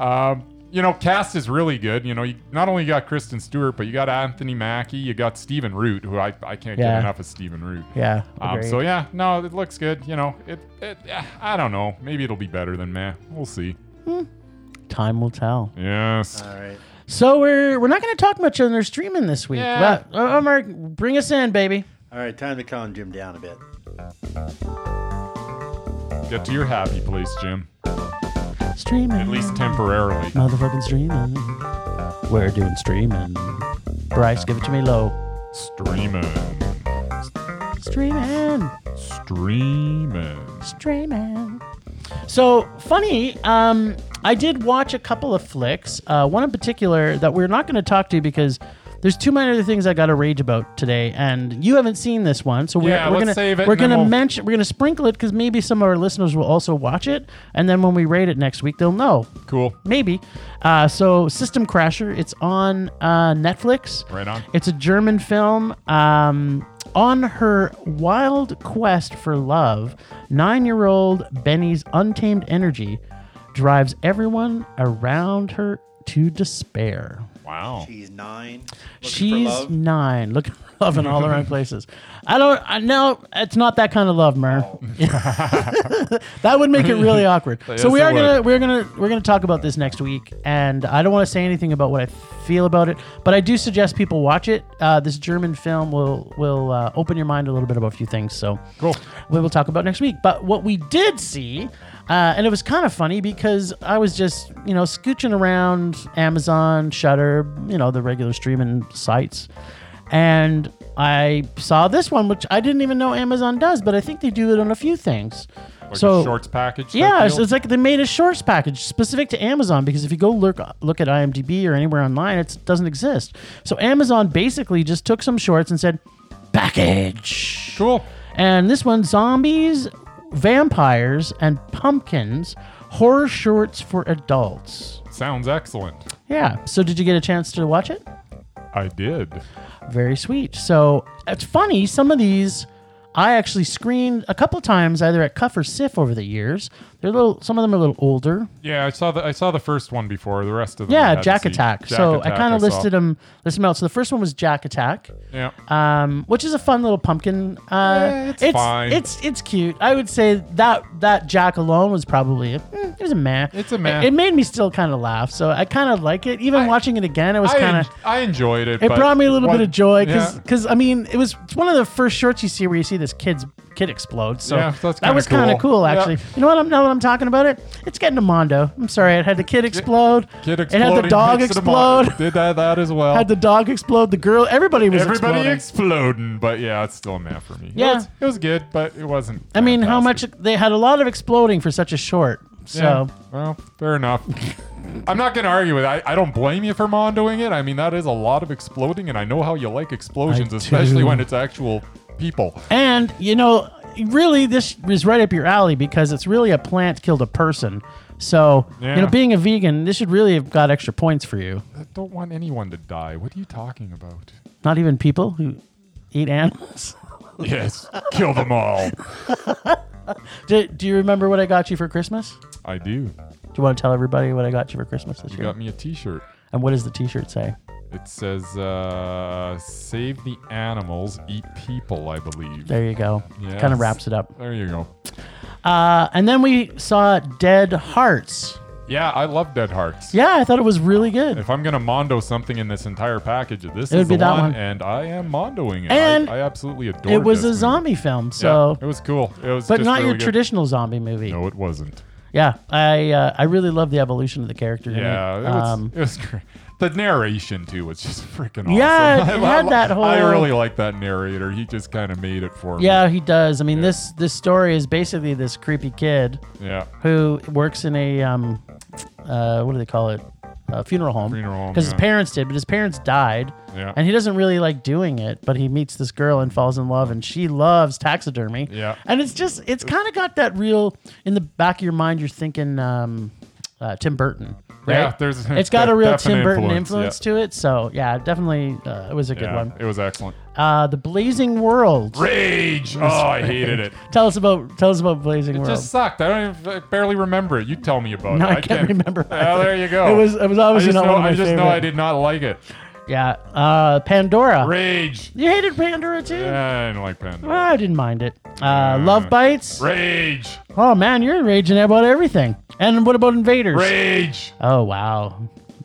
Speaker 1: um, you know, cast is really good. You know, you not only got Kristen Stewart, but you got Anthony Mackie, you got Stephen Root, who I, I can't
Speaker 2: Yeah.
Speaker 1: get enough of Stephen Root.
Speaker 2: yeah.
Speaker 1: Um,
Speaker 2: agreed.
Speaker 1: so yeah, no, it looks good. You know, it, it eh, I don't know. Maybe it'll be better than meh. We'll see.
Speaker 2: Time will tell.
Speaker 1: Yes.
Speaker 3: All right.
Speaker 2: So we're we're not going to talk much on their streaming this week.
Speaker 1: Yeah.
Speaker 2: Well, uh, Mark, bring us in, baby.
Speaker 3: All right, time to calm Jim down a bit.
Speaker 1: Get to your happy place, Jim.
Speaker 2: Streaming.
Speaker 1: At least temporarily.
Speaker 2: Motherfucking streaming. We're doing streaming. Bryce, give it to me low.
Speaker 1: Streaming.
Speaker 2: Streaming.
Speaker 1: Streaming.
Speaker 2: Streaming. So funny, um, I did watch a couple of flicks. Uh, one in particular that we're not going to talk to because there's too many other things I got to rage about today, and you haven't seen this one, so we're,
Speaker 1: Yeah,
Speaker 2: we're
Speaker 1: let's
Speaker 2: gonna
Speaker 1: save it
Speaker 2: we're
Speaker 1: and then
Speaker 2: gonna
Speaker 1: we'll-
Speaker 2: mention we're gonna sprinkle it because maybe some of our listeners will also watch it, and then when we rate it next week, they'll know.
Speaker 1: Cool.
Speaker 2: maybe. Uh, so System Crasher, it's on uh, Netflix.
Speaker 1: Right on.
Speaker 2: It's a German film. Um, on her wild quest for love, nine-year-old Benny's untamed energy drives everyone around her to despair.
Speaker 1: Wow.
Speaker 3: She's nine. looking for
Speaker 2: She's
Speaker 3: love.
Speaker 2: nine. Look, love in all the wrong places. I don't. I know it's not that kind of love, Mer.
Speaker 3: Oh.
Speaker 2: that would make it really awkward.
Speaker 1: Yes,
Speaker 2: so we
Speaker 1: it
Speaker 2: are gonna
Speaker 1: would.
Speaker 2: we're gonna we're gonna talk about this next week, and I don't want to say anything about what I feel about it, but I do suggest people watch it. Uh, this German film will will uh, open your mind a little bit about a few things. So
Speaker 1: Cool.
Speaker 2: we will talk about next week. But what we did see, uh, and it was kind of funny because I was just, you know, scooching around Amazon, Shutter, you know, the regular streaming sites, and I saw this one, which I didn't even know Amazon does, but I think they do it on a few things.
Speaker 1: Like
Speaker 2: so
Speaker 1: a shorts package. type
Speaker 2: yeah, it's,
Speaker 1: deal?
Speaker 2: it's like they made a shorts package specific to Amazon because if you go look uh, look at IMDb or anywhere online, it doesn't exist. So Amazon basically just took some shorts and said, package.
Speaker 1: cool.
Speaker 2: And this one zombies, vampires, and pumpkins horror shorts for adults.
Speaker 1: Sounds excellent.
Speaker 2: Yeah. So, did you get a chance to watch it?
Speaker 1: I did.
Speaker 2: Very sweet. So, it's funny, some of these I actually screened a couple times either at Cuff or SIF over the years. They're a little, some of them are a little older.
Speaker 1: Yeah, I saw the I saw the first one before. The rest of them. I
Speaker 2: Yeah,
Speaker 1: hadn't
Speaker 2: Jack
Speaker 1: seen.
Speaker 2: Attack.
Speaker 1: Jack
Speaker 2: so, I
Speaker 1: Attack
Speaker 2: kind of
Speaker 1: saw.
Speaker 2: listed them, listed them out. So, the first one was Jack Attack.
Speaker 1: Yeah.
Speaker 2: um, which is a fun little pumpkin. Uh,
Speaker 1: Eh, it's
Speaker 2: it's
Speaker 1: fine.
Speaker 2: It's it's cute. I would say that that Jack alone was probably a, mm, it was a meh.
Speaker 1: It's a meh.
Speaker 2: It, it made me still kind of laugh, so I kind of like it. Even watching it again, it was
Speaker 1: I,
Speaker 2: kind
Speaker 1: en-
Speaker 2: of.
Speaker 1: I enjoyed it.
Speaker 2: It
Speaker 1: but
Speaker 2: brought me a little
Speaker 1: what-
Speaker 2: bit of joy because,
Speaker 1: yeah.
Speaker 2: I mean, it was it's one of the first shorts you see where you see this kid's kid explode. So
Speaker 1: Yeah, that's
Speaker 2: that
Speaker 1: kinda
Speaker 2: was kind of
Speaker 1: cool.
Speaker 2: cool,
Speaker 1: Yeah.
Speaker 2: actually. You know what? I'm now that I'm talking about it, it's getting a mondo. I'm sorry, it had the kid explode.
Speaker 1: Kid
Speaker 2: It had the
Speaker 1: exploding
Speaker 2: dog
Speaker 1: makes it a mo-
Speaker 2: explode.
Speaker 1: Did that that as well.
Speaker 2: Had the dog explode. The girl. Everybody was
Speaker 1: Everybody
Speaker 2: exploding.
Speaker 1: exploding, but yeah, it's still a meh for me. It
Speaker 2: Yeah.
Speaker 1: was- it was, good, but it wasn't.
Speaker 2: I mean, how much
Speaker 1: fantastic.
Speaker 2: they had a lot of exploding for such a short. So
Speaker 1: Yeah, well, fair enough. I'm not gonna argue with. It. I I don't blame you for mondoing it. I mean, that is a lot of exploding, and I know how you like explosions,
Speaker 2: do.
Speaker 1: especially when it's actual people.
Speaker 2: and you know, really, this is right up your alley because it's really a plant killed a person. So you
Speaker 1: Yeah.
Speaker 2: know, being a vegan, this should really have got extra points for you.
Speaker 1: I don't want anyone to die. What are you talking about?
Speaker 2: Not even people who eat animals.
Speaker 1: Yes, kill them all.
Speaker 2: do, do you remember what I got you for Christmas? Do
Speaker 1: I do.
Speaker 2: you want to tell everybody what I got you for Christmas this
Speaker 1: You
Speaker 2: year?
Speaker 1: got me a T-shirt.
Speaker 2: And what does the T-shirt say?
Speaker 1: It says, uh, "Save the animals, eat people." I believe.
Speaker 2: There you go.
Speaker 1: Yes.
Speaker 2: Kind of wraps it up.
Speaker 1: There you go.
Speaker 2: Uh, and then we saw Dead Hearts.
Speaker 1: Yeah, I love Dead Hearts.
Speaker 2: Yeah, I thought it was really good.
Speaker 1: If I'm gonna mondo something in this entire package, this
Speaker 2: It would
Speaker 1: is the
Speaker 2: be that
Speaker 1: one,
Speaker 2: one.
Speaker 1: and I am mondoing it.
Speaker 2: And
Speaker 1: I, I absolutely adore
Speaker 2: It was
Speaker 1: this
Speaker 2: a
Speaker 1: movie.
Speaker 2: zombie film,
Speaker 1: Yeah,
Speaker 2: so
Speaker 1: it was cool. It was,
Speaker 2: but
Speaker 1: just
Speaker 2: not your
Speaker 1: really good.
Speaker 2: traditional zombie movie.
Speaker 1: No, it wasn't.
Speaker 2: Yeah, I uh, I really love the evolution of the character. in it.
Speaker 1: Yeah, it was,
Speaker 2: Um,
Speaker 1: it was great. The narration too was just freaking awesome.
Speaker 2: Yeah, it
Speaker 1: I- I
Speaker 2: had
Speaker 1: li-
Speaker 2: that
Speaker 1: I
Speaker 2: whole-
Speaker 1: really like that narrator. He just kind of made it for
Speaker 2: yeah, he does. I mean,
Speaker 1: Yeah.
Speaker 2: this this story is basically this creepy kid
Speaker 1: me. Yeah,
Speaker 2: who works in a um, uh, what do they call it? A funeral home.
Speaker 1: Funeral home,
Speaker 2: his
Speaker 1: yeah.
Speaker 2: parents did, but his parents died,
Speaker 1: Yeah.
Speaker 2: and he doesn't really like doing it. But he meets this girl and falls in love, and she loves taxidermy.
Speaker 1: Yeah.
Speaker 2: and it's just it's kind of got that real in the back of your mind. You're thinking um, uh, Tim Burton, right?
Speaker 1: Yeah, there's-
Speaker 2: it's got a
Speaker 1: de-
Speaker 2: real
Speaker 1: definite
Speaker 2: Tim Burton
Speaker 1: influence,
Speaker 2: influence, to it. So yeah, definitely uh, it was a good
Speaker 1: yeah,
Speaker 2: one.
Speaker 1: it was excellent.
Speaker 2: Uh, the Blazing World.
Speaker 1: Rage! Oh, I hated it.
Speaker 2: Tell us about tell us about Blazing
Speaker 1: It
Speaker 2: World.
Speaker 1: just sucked. I don't even I barely remember it. You tell me about
Speaker 2: No,
Speaker 1: it.
Speaker 2: I can't remember
Speaker 1: Oh,
Speaker 2: either.
Speaker 1: there you go.
Speaker 2: It was- it was
Speaker 1: I
Speaker 2: obviously
Speaker 1: just
Speaker 2: not
Speaker 1: know,
Speaker 2: one of my
Speaker 1: I just know
Speaker 2: favorite.
Speaker 1: I did not like it.
Speaker 2: yeah, uh, Pandora.
Speaker 1: Rage.
Speaker 2: you hated Pandora too.
Speaker 1: Yeah, I didn't like Pandora.
Speaker 2: Well, I didn't mind it. Uh, Love bites.
Speaker 1: Rage.
Speaker 2: Oh man, you're raging about everything. And what about invaders?
Speaker 1: Rage.
Speaker 2: Oh wow,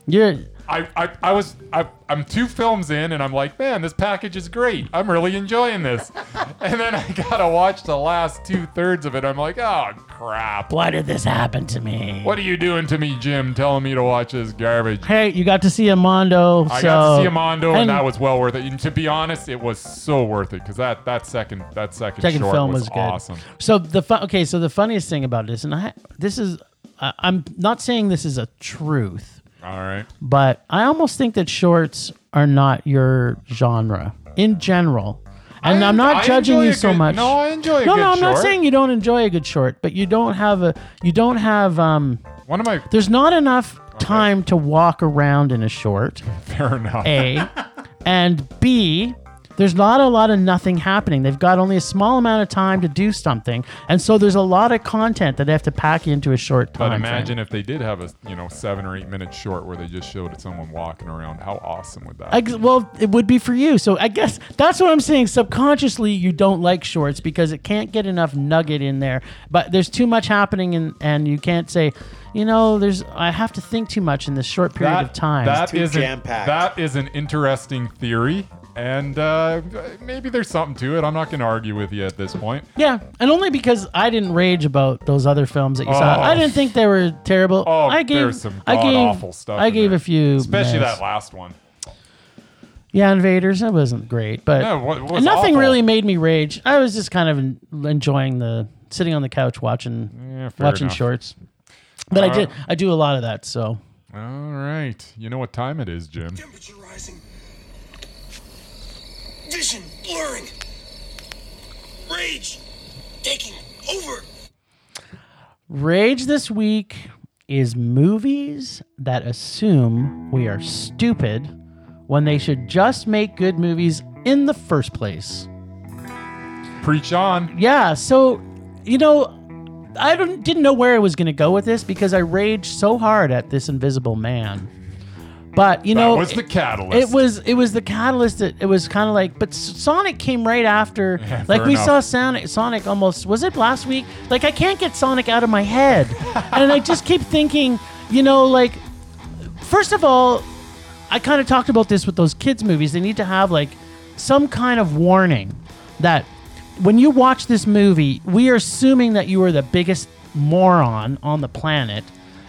Speaker 2: you're
Speaker 1: I, I, I was I, I'm two films in and I'm like, man, this package is great. I'm really enjoying this. and then I gotta watch the last two thirds of it. I'm like, oh crap.
Speaker 2: why did this happen to me?
Speaker 1: What are you doing to me, Jim? Telling me to watch this garbage.
Speaker 2: Hey, you got to see Amondo.
Speaker 1: I
Speaker 2: so,
Speaker 1: got to see Amando, and, that was well worth it. And to be honest, it was so worth it because that that second that second,
Speaker 2: second
Speaker 1: short
Speaker 2: film
Speaker 1: was,
Speaker 2: was, good.
Speaker 1: awesome.
Speaker 2: So the fu- okay, so the funniest thing about this, and I this is I I'm not saying this is a truth,
Speaker 1: All right,
Speaker 2: but I almost think that shorts are not your genre in general. And
Speaker 1: I
Speaker 2: I, am
Speaker 1: en-
Speaker 2: not
Speaker 1: I
Speaker 2: judging
Speaker 1: enjoy
Speaker 2: you
Speaker 1: a
Speaker 2: so
Speaker 1: good-
Speaker 2: much.
Speaker 1: no, I enjoy a
Speaker 2: No,
Speaker 1: good
Speaker 2: no, I'm not
Speaker 1: short.
Speaker 2: saying you don't enjoy a good short, but you don't have a you don't have um
Speaker 1: one of my
Speaker 2: there's not enough time to walk around in a short.
Speaker 1: fair enough.
Speaker 2: A. and B, there's not a lot of nothing happening. They've got only a small amount of time to do something. And so there's a lot of content that they have to pack into a short time.
Speaker 1: But imagine if they did have a you know seven or eight minute short where they just showed someone walking around. How awesome would that?
Speaker 2: I
Speaker 1: be?
Speaker 2: g well, it would be for you. So I guess that's what I'm saying. Subconsciously, you don't like shorts because it can't get enough nugget in there. But there's too much happening, and, and you can't say, you know, there's I have to think too much in this short period of time.
Speaker 1: that
Speaker 3: too
Speaker 1: is an-
Speaker 3: jam-packed.
Speaker 1: That is an interesting theory, and uh, maybe there's something to it. I'm not going to argue with you at this point.
Speaker 2: Yeah, and only because I didn't rage about those other films that you saw.
Speaker 1: Oh.
Speaker 2: I didn't think they were terrible.
Speaker 1: Oh,
Speaker 2: I gave
Speaker 1: there's some
Speaker 2: I gave
Speaker 1: god-awful stuff
Speaker 2: I
Speaker 1: in
Speaker 2: gave
Speaker 1: there.
Speaker 2: a few,
Speaker 1: Especially
Speaker 2: mess.
Speaker 1: that last one.
Speaker 2: Yeah, Invaders. That wasn't great, but
Speaker 1: No, what- what's
Speaker 2: nothing
Speaker 1: awful?
Speaker 2: really made me rage. I was just kind of en- enjoying the sitting on the couch watching
Speaker 1: Yeah, fair
Speaker 2: watching
Speaker 1: enough. Uh,
Speaker 2: shorts. But I
Speaker 1: All
Speaker 2: did
Speaker 1: right.
Speaker 2: I do a lot of that. So
Speaker 1: All right, you know what time it is, Jim.
Speaker 4: Temperature rising. Vision blurring. Rage taking over.
Speaker 2: rage this week is movies that assume we are stupid when they should just make good movies in the first place.
Speaker 1: Preach on.
Speaker 2: yeah so you know i don't, didn't know where i was going to go with this because i raged so hard at this invisible man but you
Speaker 1: That
Speaker 2: know
Speaker 1: was
Speaker 2: it-
Speaker 1: the catalyst.
Speaker 2: it was it was the catalyst that it was kind of like but S- sonic came right after
Speaker 1: Yeah,
Speaker 2: like
Speaker 1: fair
Speaker 2: we
Speaker 1: enough.
Speaker 2: saw sonic sonic almost was it last week like i can't get sonic out of my head and i just keep thinking you know like first of all i kind of talked about this with those kids movies they need to have like some kind of warning that when you watch this movie we are assuming that you are the biggest moron on the planet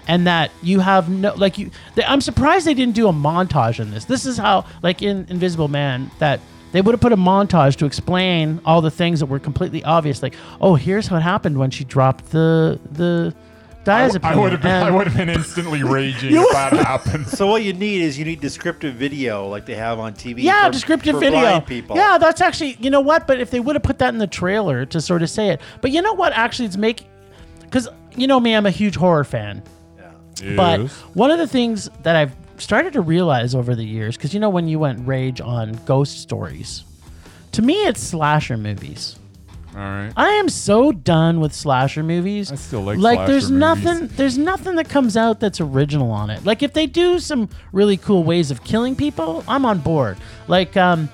Speaker 2: and that you have no like you they, i'm surprised they didn't do a montage in this this is how like in invisible man that they would have put a montage to explain all the things that were completely obvious like oh here's what happened when she dropped the the
Speaker 1: I,
Speaker 2: diazepam
Speaker 1: would have been. I
Speaker 2: and-
Speaker 1: would have been instantly raging if that happened.
Speaker 3: So what you need is you need descriptive video like they have on TV.
Speaker 2: Yeah,
Speaker 3: for-
Speaker 2: descriptive
Speaker 3: for
Speaker 2: video.
Speaker 3: blind people.
Speaker 2: Yeah, that's actually you know what, but if they would have put that in the trailer to sort of say it. But you know what actually it's make cuz you know me, I'm a huge horror fan. But
Speaker 1: Yes.
Speaker 2: one of the things that I've started to realize over the years cuz you know when you went rage on ghost stories. To me it's slasher movies.
Speaker 1: all right.
Speaker 2: I am so done with slasher movies. I
Speaker 1: still like
Speaker 2: like
Speaker 1: slasher
Speaker 2: there's
Speaker 1: movies.
Speaker 2: nothing there's nothing that comes out that's original on it. Like if they do some really cool ways of killing people, I'm on board. Like um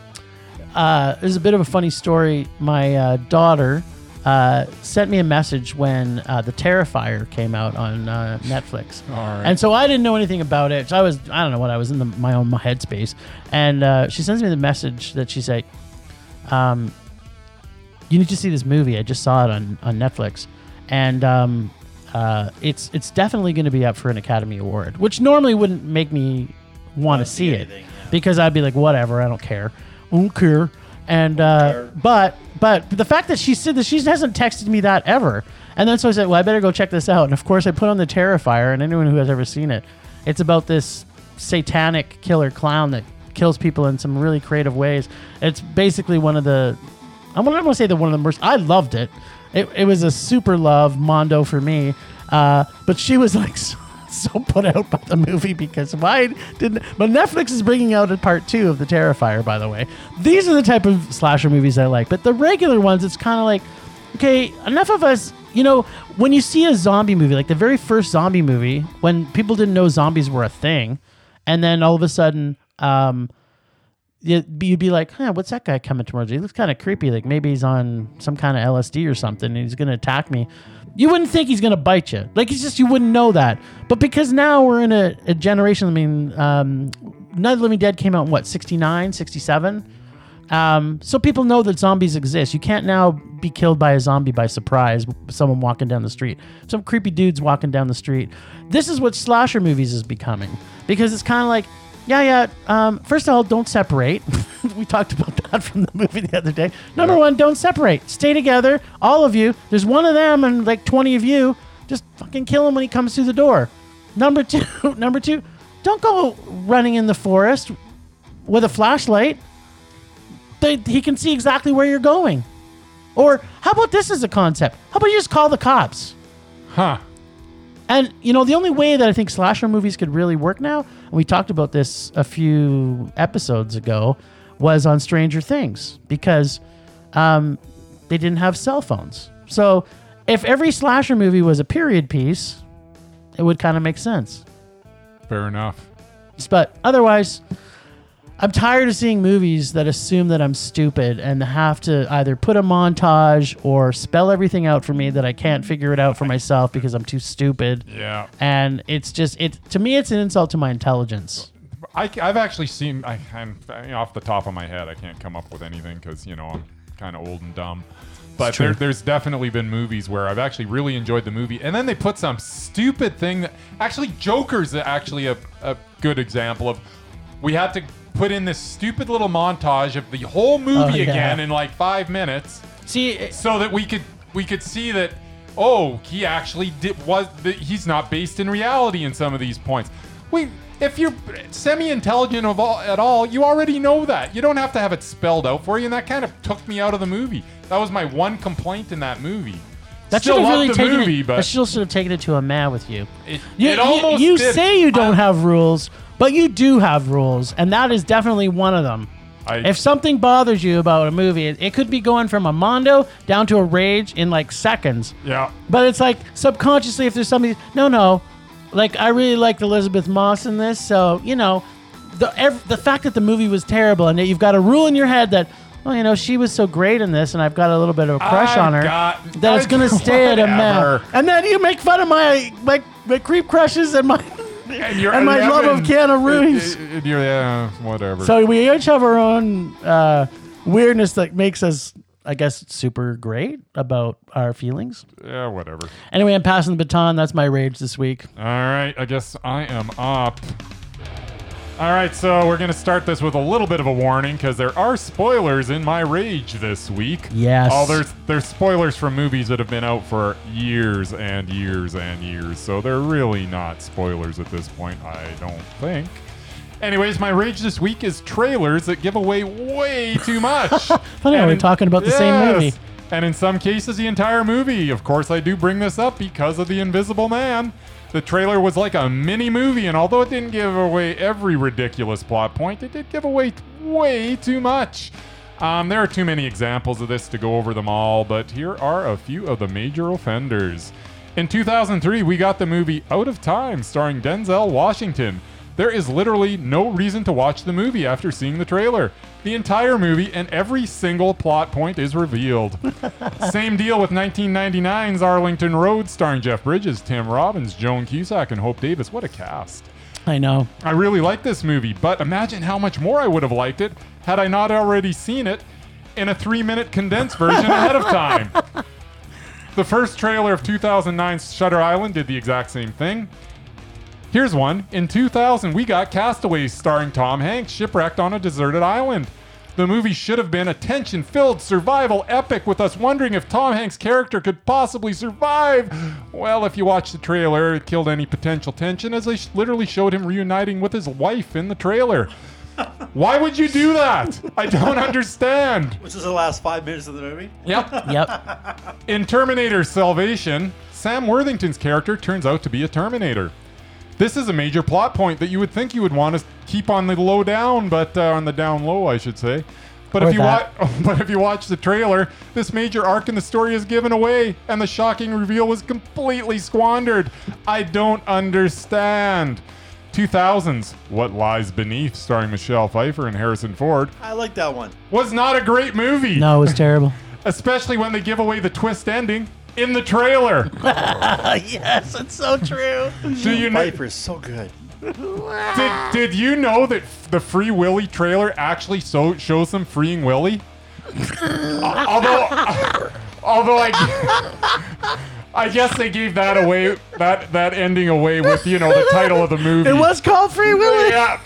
Speaker 2: uh there's a bit of a funny story. My uh, daughter uh, sent me a message when uh, the Terrifier came out on uh, Netflix,
Speaker 1: right.
Speaker 2: and so I didn't know anything about it. So I was I don't know what I was in the, my own headspace, and uh, she sends me the message that she's like, you need to see this movie. I just saw it on, on Netflix. And um, uh, it's it's definitely going to be up for an Academy Award, which normally wouldn't make me want to see it
Speaker 3: anything, yeah.
Speaker 2: because I'd be like, whatever, I don't care, I don't care. And uh, but but the fact that she said that she hasn't texted me that ever, and then so I said, well, I better go check this out. And of course, I put on the Terrifier, and anyone who has ever seen it, it's about this satanic killer clown that kills people in some really creative ways. It's basically one of the I'm gonna I'm gonna say that one of the most I loved it. It, it was a super love Mondo for me, uh, but she was like so, so put out by the movie because why didn't? But Netflix is bringing out a part two of the Terrifier. By the way, these are the type of slasher movies I like, but the regular ones, it's kind of like, okay, enough of us. You know, when you see a zombie movie, like the very first zombie movie, when people didn't know zombies were a thing, and then all of a sudden, um, you'd be you'd be like, huh, what's that guy coming towards? me? He looks kind of creepy. Like maybe he's on some kind of LSD or something and he's going to attack me. You wouldn't think he's going to bite you. Like it's just, you wouldn't know that. But because now we're in a, a generation, I mean, um, Night of the Living Dead came out in what, 69, 67? Um, so people know that zombies exist. You can't now be killed by a zombie by surprise. Someone walking down the street, some creepy dudes walking down the street. This is what slasher movies is becoming because it's kind of like, yeah, yeah. Um, first of all, don't separate. we talked about that from the movie the other day. Number one, don't separate. Stay together, all of you. There's one of them and like 20 of you. Just fucking kill him when he comes through the door. Number two, number two, don't go running in the forest with a flashlight they, he can see exactly where you're going. Or how about this as a concept? How about you just call the cops?
Speaker 1: Huh.
Speaker 2: And you know, the only way that I think slasher movies could really work now, and we talked about this a few episodes ago, was on Stranger Things because um, they didn't have cell phones. So if every slasher movie was a period piece, it would kind of make sense.
Speaker 1: Fair enough.
Speaker 2: But otherwise, I'm tired of seeing movies that assume that I'm stupid and have to either put a montage or spell everything out for me that I can't figure it out for myself because I'm too stupid.
Speaker 1: Yeah.
Speaker 2: And it's just it to me it's an insult to my intelligence.
Speaker 1: I, have actually seen. I, I'm I mean, off the top of my head. I can't come up with anything because you know I'm kind of old and dumb. But there, there's definitely been movies where I've actually really enjoyed the movie, and then they put some stupid thing that actually Joker's actually a, a good example of. We had to put in this stupid little montage of the whole movie
Speaker 2: yeah.
Speaker 1: again in like five minutes
Speaker 2: See, it-
Speaker 1: so that we could we could see that oh he actually did was that he's not based in reality in some of these points we if you're semi-intelligent of all at all you already know that you don't have to have it spelled out for you and that kind of took me out of the movie that was my one complaint in that movie
Speaker 2: that should
Speaker 1: still
Speaker 2: have
Speaker 1: loved
Speaker 2: really
Speaker 1: the
Speaker 2: taken
Speaker 1: movie
Speaker 2: it, I
Speaker 1: but
Speaker 2: still should have taken it to a man with you.
Speaker 1: it,
Speaker 2: You,
Speaker 1: it
Speaker 2: you-
Speaker 1: almost
Speaker 2: you
Speaker 1: did.
Speaker 2: say you don't have rules, but you do have rules, and that is definitely one of them.
Speaker 1: I-
Speaker 2: if something bothers you about a movie, it, it could be going from a mondo down to a rage in like seconds.
Speaker 1: yeah
Speaker 2: But it's like subconsciously, if there's somebody, no, no, like I really liked Elizabeth Moss in this, so you know, the ev- the fact that the movie was terrible and that you've got a rule in your head that, well, you know, she was so great in this, and I've got a little bit of a crush on her,
Speaker 1: I've got-
Speaker 2: that it's gonna stay at a
Speaker 1: Whatever.
Speaker 2: meh. And then you make fun of my my, my creep crushes and my
Speaker 1: and, you're
Speaker 2: and my love of
Speaker 1: 11.
Speaker 2: Keanu Reeves.
Speaker 1: It- it- it- you're- yeah whatever
Speaker 2: So we each have our own uh, weirdness that makes us, I guess, super great about our feelings.
Speaker 1: yeah whatever
Speaker 2: Anyway, I'm passing the baton. That's my rage this week.
Speaker 1: All right, I guess I am up. All right, so we're going to start this with a little bit of a warning because there are spoilers in my rage this week.
Speaker 2: Yes.
Speaker 1: Oh, there's there's spoilers from movies that have been out for years and years and years. So they're really not spoilers at this point, I don't think. Anyways, my rage this week is trailers that give away way too much.
Speaker 2: Funny how
Speaker 1: And
Speaker 2: we're
Speaker 1: in-
Speaker 2: talking about the same movie.
Speaker 1: And in some cases, the entire movie. Of course, I do bring this up because of The Invisible Man. The trailer was like a mini movie, and although it didn't give away every ridiculous plot point, it did give away t- way too much. Um, there are too many examples of this to go over them all, but here are a few of the major offenders. In 2003, we got the movie Out of Time, starring Denzel Washington. There is literally no reason to watch the movie after seeing the trailer. The entire movie and every single plot point is revealed. Same deal with 1999's Arlington Road, starring Jeff Bridges, Tim Robbins, Joan Cusack, and Hope Davis. What a cast.
Speaker 2: I know.
Speaker 1: I really like this movie, but imagine how much more I would have liked it had I not already seen it in a three minute condensed version ahead of time. The first trailer of 2009's Shutter Island did the exact same thing. Here's one. In 2000, we got Castaways starring Tom Hanks shipwrecked on a deserted island. The movie should have been a tension filled survival epic with us wondering if Tom Hanks' character could possibly survive. Well, if you watch the trailer, it killed any potential tension as they sh- literally showed him reuniting with his wife in the trailer. Why would you do that? I don't understand.
Speaker 3: Which is the last five minutes of the movie.
Speaker 1: Yep.
Speaker 2: Yep.
Speaker 1: In Terminator Salvation, Sam Worthington's character turns out to be a Terminator. This is a major plot point that you would think you would want to keep on the low down, but uh, on the down low, I should say. But
Speaker 2: Or
Speaker 1: if you watch,
Speaker 2: that.
Speaker 1: but if you watch the trailer, this major arc in the story is given away, and the shocking reveal was completely squandered. I don't understand. 2000s, What Lies Beneath, starring Michelle Pfeiffer and Harrison Ford,
Speaker 3: I like that one.
Speaker 1: was not a great movie
Speaker 2: No, it was terrible.
Speaker 1: especially when they give away the twist ending in the trailer. Uh,
Speaker 2: yes, it's so true.
Speaker 1: Do you know,
Speaker 3: Viper's so good.
Speaker 1: did, did you know that f- the Free Willy trailer actually so, shows them freeing Willy? Uh, although, although I, g- I guess they gave that away, that that ending away with you know the title of the movie.
Speaker 2: It was called Free Willy.
Speaker 1: Yeah,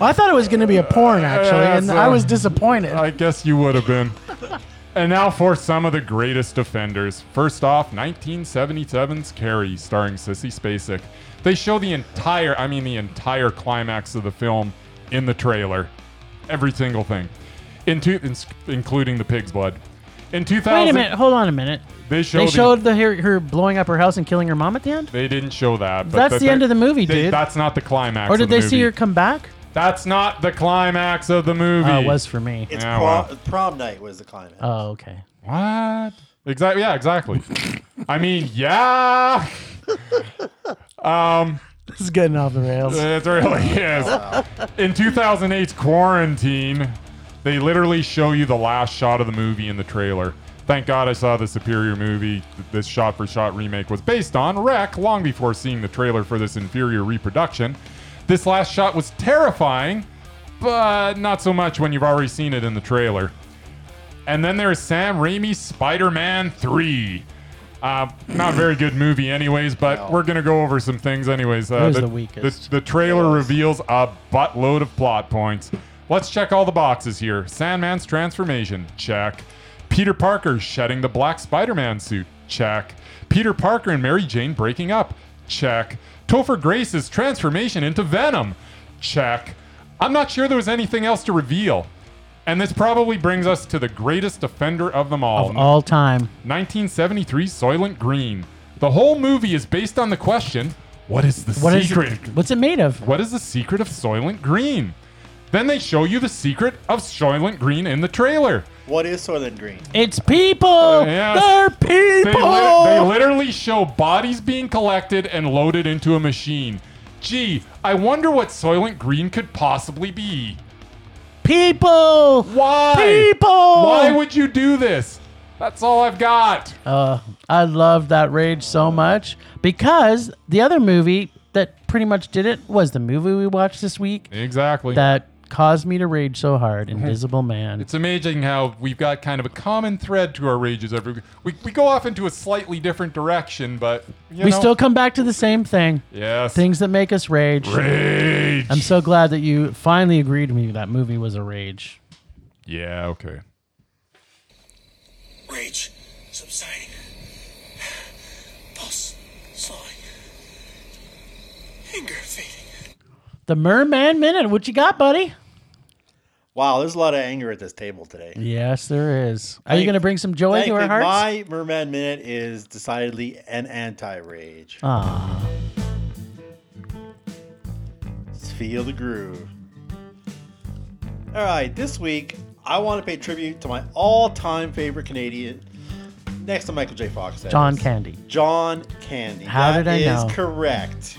Speaker 2: I thought it was going to be a porn actually,
Speaker 1: Yeah,
Speaker 2: and
Speaker 1: so-
Speaker 2: I was disappointed.
Speaker 1: I guess you would have been. And now for some of the greatest offenders. First off, 1977's Carrie, starring Sissy Spacek. They show the entire, I mean, the entire climax of the film in the trailer. Every single thing, in two, in, including the pig's blood. In 2000,
Speaker 2: Wait a minute. Hold on a minute.
Speaker 1: they showed.
Speaker 2: They
Speaker 1: the-
Speaker 2: showed the, her, her blowing up her house and killing her mom at the end,
Speaker 1: they didn't show that. But
Speaker 2: That's
Speaker 1: that-
Speaker 2: the end
Speaker 1: that-
Speaker 2: of the movie,
Speaker 1: they-
Speaker 2: dude.
Speaker 1: That's not the climax.
Speaker 2: or
Speaker 1: of
Speaker 2: did
Speaker 1: the
Speaker 2: they see
Speaker 1: movie.
Speaker 2: her come back?
Speaker 1: That's not the climax of the movie.
Speaker 2: Oh, it was for me.
Speaker 3: It's
Speaker 1: Yeah,
Speaker 3: prom,
Speaker 1: well.
Speaker 3: prom night was the climax.
Speaker 2: Oh, okay.
Speaker 1: What? Exactly. Yeah, exactly. I mean, yeah,
Speaker 2: This is getting off the rails.
Speaker 1: it really is. In 2008's Quarantine, they literally show you the last shot of the movie in the trailer. Thank God I saw the superior movie that this shot for shot remake was based on, Wreck, long before seeing the trailer for this inferior reproduction. This last shot was terrifying, but not so much when you've already seen it in the trailer. And then there's Sam Raimi's Spider Man 3. Uh, not a very good movie, anyways, but
Speaker 3: No.
Speaker 1: we're going to go over some things, anyways. Uh,
Speaker 2: It was the weakest.
Speaker 1: The, the trailer reveals a buttload of plot points. Let's check all the boxes here Sandman's transformation, check. Peter Parker shedding the black Spider Man suit, check. Peter Parker and Mary Jane breaking up, check. Topher Grace's transformation into Venom, check. I'm not sure there was anything else to reveal. And this probably brings us to the greatest offender of them all.
Speaker 2: Of all time.
Speaker 1: 1973 Soylent Green. The whole movie is based on the question, what is the
Speaker 2: What is
Speaker 1: secret?
Speaker 2: What's it made of?
Speaker 1: what is the secret of Soylent Green? Then they show you the secret of Soylent Green in the trailer.
Speaker 3: What is Soylent Green?
Speaker 2: It's people.
Speaker 1: yes.
Speaker 2: They're
Speaker 1: They,
Speaker 2: people.
Speaker 1: lit- they literally show bodies being collected and loaded into a machine. Gee, I wonder what Soylent Green could possibly be.
Speaker 2: people.
Speaker 1: Why?
Speaker 2: People.
Speaker 1: Why would you do this? That's all I've got.
Speaker 2: Uh, I love that rage so much because the other movie that pretty much did it was the movie we watched this week
Speaker 1: Exactly.
Speaker 2: that caused me to rage so hard. Invisible Man.
Speaker 1: It's amazing how we've got kind of a common thread to our rages every we we go off into a slightly different direction, but you
Speaker 2: we
Speaker 1: know,
Speaker 2: still come back to the same thing.
Speaker 1: yes
Speaker 2: Things that make us rage.
Speaker 1: rage.
Speaker 2: I'm so glad that you finally agreed with me that movie was a rage.
Speaker 1: yeah, okay.
Speaker 4: Rage subsiding. Pulse slowing. Anger fading.
Speaker 2: The Merman Minute. What you got, buddy?
Speaker 3: Wow, there's a lot of anger at this table today.
Speaker 2: Yes, there is. Are you going to bring some joy to our
Speaker 3: Thankfully,
Speaker 2: hearts?
Speaker 3: my Merman Minute is decidedly an anti-rage.
Speaker 2: Ah,
Speaker 3: Feel the groove. All right, this week I want to pay tribute to my all-time favorite Canadian, next to Michael J. Fox. that
Speaker 2: John
Speaker 3: is.
Speaker 2: Candy.
Speaker 3: John Candy.
Speaker 2: How did I
Speaker 3: That is
Speaker 2: know?
Speaker 3: correct.